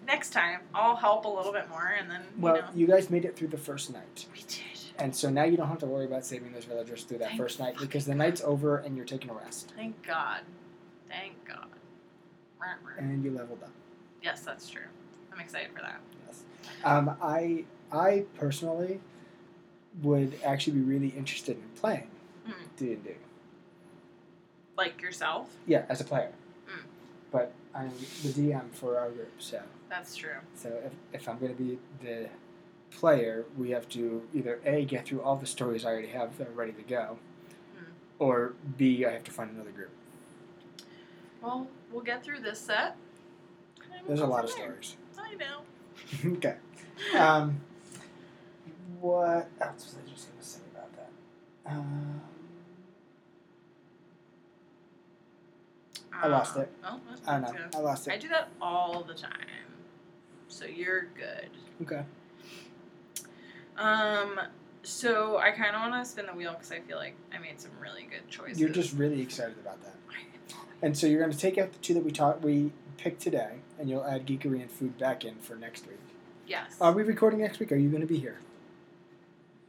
Speaker 1: Next time, I'll help a little bit more, and then you
Speaker 2: well,
Speaker 1: know.
Speaker 2: you guys made it through the first night.
Speaker 1: We did.
Speaker 2: And so now you don't have to worry about saving those villagers through that
Speaker 1: Thank
Speaker 2: first night
Speaker 1: fucking
Speaker 2: because the night's over and you're taking a rest.
Speaker 1: Thank God. Thank God. Ruh-roh.
Speaker 2: And you leveled up.
Speaker 1: Yes, that's true. I'm excited for that.
Speaker 2: Yes. Um, I I personally would actually be really interested in playing
Speaker 1: Mm.
Speaker 2: D and D.
Speaker 1: Like yourself?
Speaker 2: Yeah, as a player.
Speaker 1: Mm.
Speaker 2: But I'm the DM for our group, so
Speaker 1: That's true.
Speaker 2: so if, if I'm gonna be the player, we have to either a get through all the stories I already have that are ready to go,
Speaker 1: Mm.
Speaker 2: or b I have to find another group.
Speaker 1: Well, we'll get through this set. and we'll
Speaker 2: There's a
Speaker 1: go
Speaker 2: lot
Speaker 1: from
Speaker 2: of
Speaker 1: there.
Speaker 2: stories. [laughs]
Speaker 1: I know.
Speaker 2: okay. Um, what else was I just going to say about that? Um, I lost
Speaker 1: Uh,
Speaker 2: it.
Speaker 1: Oh, that's
Speaker 2: I don't know.
Speaker 1: good.
Speaker 2: I lost it.
Speaker 1: I do that all the time. So you're good.
Speaker 2: Okay.
Speaker 1: Um, so I kind of want to spin the wheel because I feel like I made some really good choices.
Speaker 2: You're just really excited about that. And so you're going to take out the two that we taught we picked today, and you'll add geekery and food back in for next week.
Speaker 1: yes.
Speaker 2: Are we recording next week? Are you going to be here?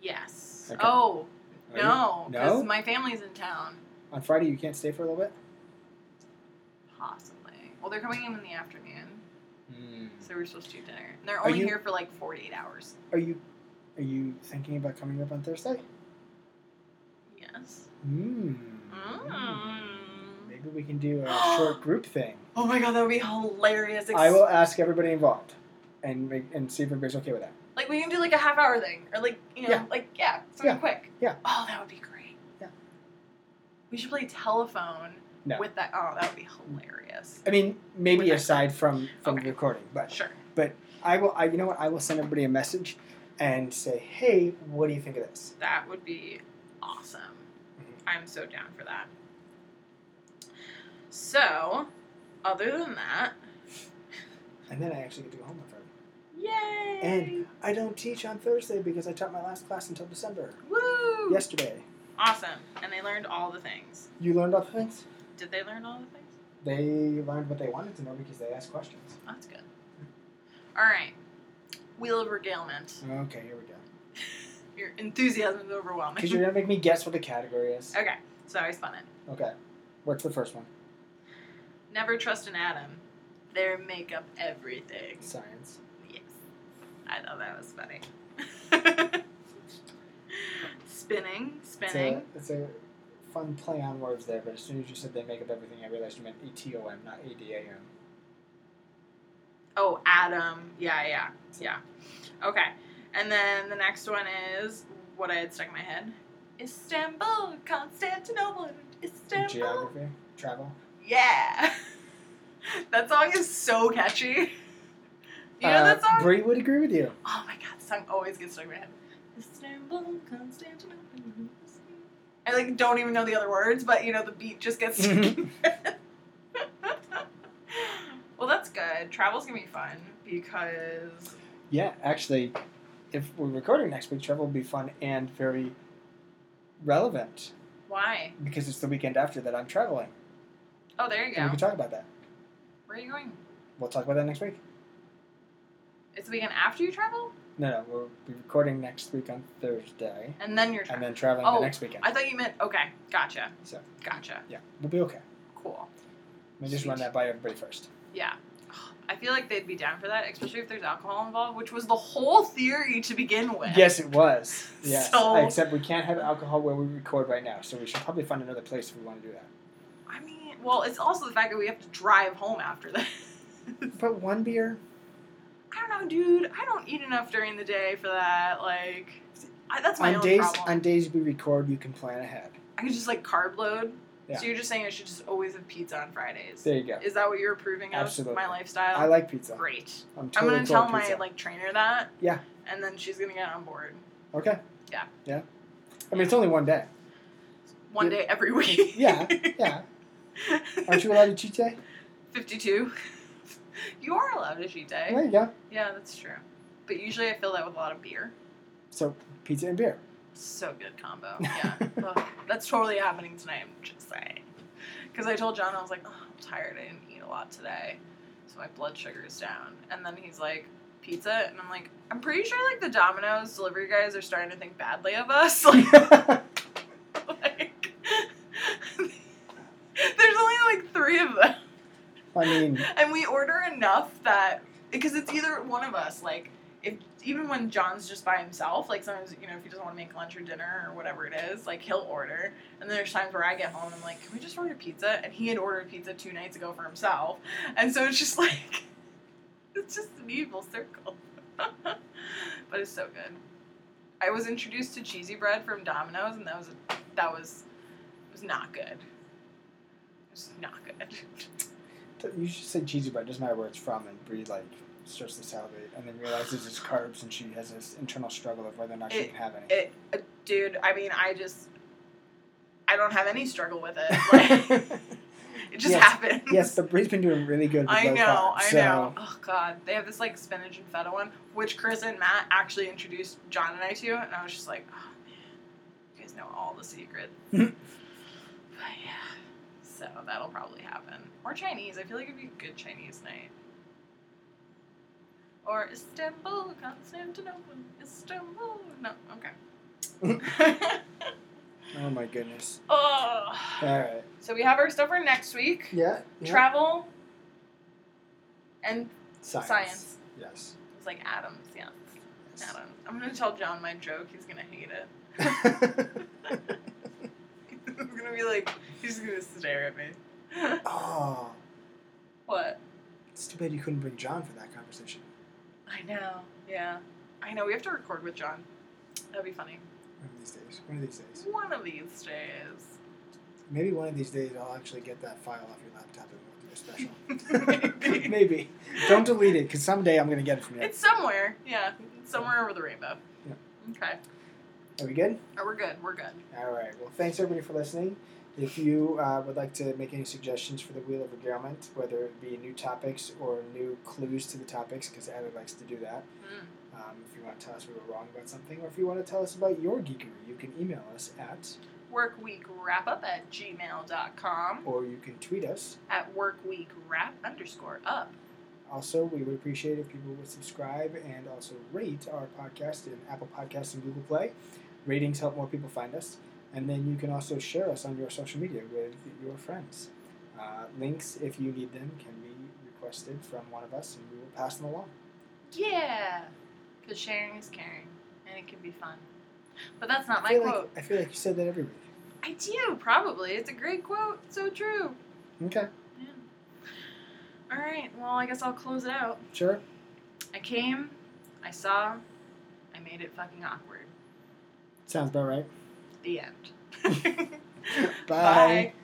Speaker 1: yes.
Speaker 2: Okay.
Speaker 1: Oh
Speaker 2: Are you-
Speaker 1: no, because
Speaker 2: No?
Speaker 1: my family's in town.
Speaker 2: On Friday, you can't stay for a little bit.
Speaker 1: Possibly. Well, they're coming in in the afternoon, so we're supposed to do dinner. And they're
Speaker 2: Are
Speaker 1: only
Speaker 2: you-
Speaker 1: here for like 48 hours.
Speaker 2: Are you? Are you thinking about coming up on Thursday?
Speaker 1: Yes.
Speaker 2: Mm.
Speaker 1: Mm.
Speaker 2: Maybe we can do
Speaker 1: [gasps]
Speaker 2: a short group thing.
Speaker 1: Oh my god, that would be hilarious.
Speaker 2: I will ask everybody involved, and make, and see if everybody's okay with that.
Speaker 1: Like we can do like a half hour thing, or like you know,
Speaker 2: Yeah.
Speaker 1: like yeah, something
Speaker 2: Yeah.
Speaker 1: quick.
Speaker 2: Yeah.
Speaker 1: Oh, that would be great.
Speaker 2: Yeah.
Speaker 1: We should play telephone
Speaker 2: No.
Speaker 1: with that. Oh, that would be hilarious.
Speaker 2: I mean, maybe
Speaker 1: Okay.
Speaker 2: aside from from
Speaker 1: Okay.
Speaker 2: recording, but
Speaker 1: Sure.
Speaker 2: I will. I you know what? I will send everybody a message, and say, hey, what do you think of this?
Speaker 1: That would be awesome.
Speaker 2: Mhm.
Speaker 1: I'm so down for that. So, other than that,
Speaker 2: And then I actually get to go home on Friday.
Speaker 1: yay!
Speaker 2: And I don't teach on Thursday because I taught my last class until December.
Speaker 1: woo!
Speaker 2: Yesterday.
Speaker 1: Awesome. And they learned all the things.
Speaker 2: You learned all the things?
Speaker 1: Did they learn all the things? Oh,
Speaker 2: They learned what they wanted to know because they asked questions.
Speaker 1: That's good. All right. Wheel of regalement.
Speaker 2: Okay, here we go. Mm.
Speaker 1: Your enthusiasm is overwhelming.
Speaker 2: Because you're going to make me guess what the category is.
Speaker 1: Okay, so I spun it.
Speaker 2: Okay. What's the first one?
Speaker 1: Never trust an atom. Their makeup everything.
Speaker 2: Science.
Speaker 1: Yes. I thought that was funny. [laughs] spinning,
Speaker 2: It's a,
Speaker 1: spinning.
Speaker 2: it's a fun play on words there, but as soon as you said they make up everything, I realized you meant E T O M, not A D A M.
Speaker 1: Oh, atom. Yeah, yeah, yeah. Okay. And then the next one is what I had stuck in my head. Istanbul, Constantinople, Istanbul.
Speaker 2: Geography? Travel?
Speaker 1: [laughs] Yeah. that song is so catchy. You know
Speaker 2: Uh,
Speaker 1: that song?
Speaker 2: Brie would agree with you.
Speaker 1: oh my god, the song always gets stuck in my head. Istanbul, Constantinople. I like don't even know the other words, but you know the beat just gets. stuck
Speaker 2: Mm-hmm.
Speaker 1: in my head. [laughs] well, that's good. Travel's gonna be fun because
Speaker 2: Yeah, actually, if we're recording next week, travel will be fun and very relevant
Speaker 1: why?
Speaker 2: because it's the weekend after that I'm traveling.
Speaker 1: Oh, there you
Speaker 2: And we
Speaker 1: go.
Speaker 2: can talk about that.
Speaker 1: Where are you going?
Speaker 2: We'll talk about that next week.
Speaker 1: It's the weekend after you travel,
Speaker 2: No, no, we'll be recording next week on Thursday
Speaker 1: and then you're
Speaker 2: and
Speaker 1: traveling.
Speaker 2: then traveling
Speaker 1: Oh,
Speaker 2: the next weekend.
Speaker 1: I thought you meant okay. Gotcha.
Speaker 2: So.
Speaker 1: Gotcha.
Speaker 2: yeah, we'll be okay.
Speaker 1: Cool.
Speaker 2: Let me just run
Speaker 1: Sweet.
Speaker 2: that by everybody first.
Speaker 1: Yeah. I feel like they'd be down for that, especially if there's alcohol involved, which was the whole theory to begin with.
Speaker 2: Yes, it
Speaker 1: [laughs]
Speaker 2: was. Yes.
Speaker 1: So-
Speaker 2: Except we can't have alcohol where we record right now, so we should probably find another place if we want to do that.
Speaker 1: I mean, well, it's also the fact that we have to drive home after this.
Speaker 2: But one beer?
Speaker 1: [laughs] I don't know, dude. I don't eat enough during the day for that. Like, I, that's my
Speaker 2: on
Speaker 1: own
Speaker 2: days
Speaker 1: problem.
Speaker 2: on days we record, you can plan ahead.
Speaker 1: I can just like carb load.
Speaker 2: Yeah.
Speaker 1: So you're just saying I should just always have pizza on Fridays.
Speaker 2: There you go.
Speaker 1: Is that what you're approving of?
Speaker 2: Absolutely.
Speaker 1: My lifestyle.
Speaker 2: I like pizza.
Speaker 1: Great.
Speaker 2: I'm
Speaker 1: I'm
Speaker 2: totally
Speaker 1: gonna
Speaker 2: for
Speaker 1: tell
Speaker 2: pizza.
Speaker 1: my like trainer that.
Speaker 2: Yeah.
Speaker 1: And then she's gonna get on board.
Speaker 2: Okay.
Speaker 1: Yeah.
Speaker 2: Yeah. I mean, it's only one day.
Speaker 1: One
Speaker 2: Yeah.
Speaker 1: day every week. [laughs]
Speaker 2: [laughs] Yeah. Yeah. Aren't you allowed to cheat day?
Speaker 1: 52. [laughs] you are allowed to cheat day.
Speaker 2: There you go.
Speaker 1: Yeah, that's true. But usually I fill that with a lot of beer.
Speaker 2: So pizza and beer.
Speaker 1: So good combo.
Speaker 2: [laughs]
Speaker 1: Yeah. Ugh, that's totally happening tonight, I'm just saying. Because I told John, I was like, oh, I'm tired. I didn't eat a lot today. So my blood sugar is down. And then he's like, pizza? And I'm like, I'm pretty sure like the Domino's delivery guys are starting to think badly of us. [laughs] Like, like there's only like three of them.
Speaker 2: I mean,
Speaker 1: [laughs] and we order enough that because it's either one of us like if even when john's just by himself like sometimes you know if he doesn't want to make lunch or dinner or whatever it is like he'll order and then there's times where i get home and i'm like can we just order pizza and he had ordered pizza two nights ago for himself and so it's just [laughs] like it's just an evil circle [laughs] but it's so good i was introduced to cheesy bread from domino's and that was that was it was not good it was not good
Speaker 2: t- you should say cheesy bread. Doesn't matter where it's from, and Brie like starts to salivate, and then realizes it's carbs, and she has this internal struggle of whether or not she
Speaker 1: It-
Speaker 2: can have any.
Speaker 1: it, uh, dude. I mean, I just, I don't have any struggle with
Speaker 2: [laughs]
Speaker 1: it. Like, it just
Speaker 2: Yes.
Speaker 1: happens. [laughs]
Speaker 2: yes, but Brie's been doing really good. With
Speaker 1: I
Speaker 2: low
Speaker 1: know,
Speaker 2: carb,
Speaker 1: I
Speaker 2: so
Speaker 1: know. Oh god, they have this like spinach and feta one, which Chris and Matt actually introduced John and I to, and I was just like, oh man, you guys know all the
Speaker 2: [laughs]
Speaker 1: secrets. but
Speaker 2: Mhm.
Speaker 1: yeah, so that'll probably happen. Or Chinese. I feel like it'd be a good Chinese night. Or Istanbul, Constantinople, Istanbul. No,
Speaker 2: [laughs]
Speaker 1: okay. [laughs]
Speaker 2: Oh my goodness.
Speaker 1: oh.
Speaker 2: All right.
Speaker 1: So we have our stuff for next week.
Speaker 2: Yeah. yeah.
Speaker 1: Travel and
Speaker 2: Science.
Speaker 1: science. [laughs]
Speaker 2: Yes. [laughs]
Speaker 1: It's like Adam's, yeah. Adam. I'm gonna tell John my joke. He's gonna hate it. [laughs] He's gonna be like, he's gonna stare at me. [laughs]
Speaker 2: oh,
Speaker 1: what?
Speaker 2: it's too bad you couldn't bring John for that conversation.
Speaker 1: I know. Yeah. I know. We have to record with John. That'd be funny.
Speaker 2: One of these days. One of these days.
Speaker 1: One of these days. [laughs]
Speaker 2: Maybe one of these days I'll actually get that file off your laptop and we'll do a special.
Speaker 1: [laughs] Maybe.
Speaker 2: Maybe. [laughs] Don't delete it, because someday I'm going to get it from you.
Speaker 1: It's somewhere. Yeah. It's somewhere over the rainbow.
Speaker 2: Yeah.
Speaker 1: Okay.
Speaker 2: Are we good?
Speaker 1: Oh, we're good. We're good.
Speaker 2: All right. Well, thanks everybody for listening. If you uh, would like to make any suggestions for the Wheel of Regalement, whether it be new topics or new clues to the topics, because Adam likes to do that,
Speaker 1: Mm.
Speaker 2: um, if you want to tell us we were wrong about something, or if you want to tell us about your geekery, you can email us at,
Speaker 1: workwreekwrapup at gmail.com
Speaker 2: or you can tweet us.
Speaker 1: at workwreekwrap underscore up.
Speaker 2: Also, we would appreciate if people would subscribe and also rate our podcast in Apple Podcasts and Google Play. Ratings help more people find us. And then you can also share us on your social media with your friends. Uh, links, if you need them, can be requested from one of us and we will pass them along.
Speaker 1: Yeah. Because sharing is caring and it can be fun. But that's not
Speaker 2: I
Speaker 1: my
Speaker 2: feel,
Speaker 1: quote.
Speaker 2: like, I feel like you said that every week.
Speaker 1: I do, probably. It's a great quote. So true.
Speaker 2: Okay,
Speaker 1: Yeah. All right. Well, I guess I'll close it out.
Speaker 2: sure.
Speaker 1: I came, I saw, I made it fucking awkward.
Speaker 2: Sounds about right. [laughs]
Speaker 1: The end. [laughs]
Speaker 2: Bye.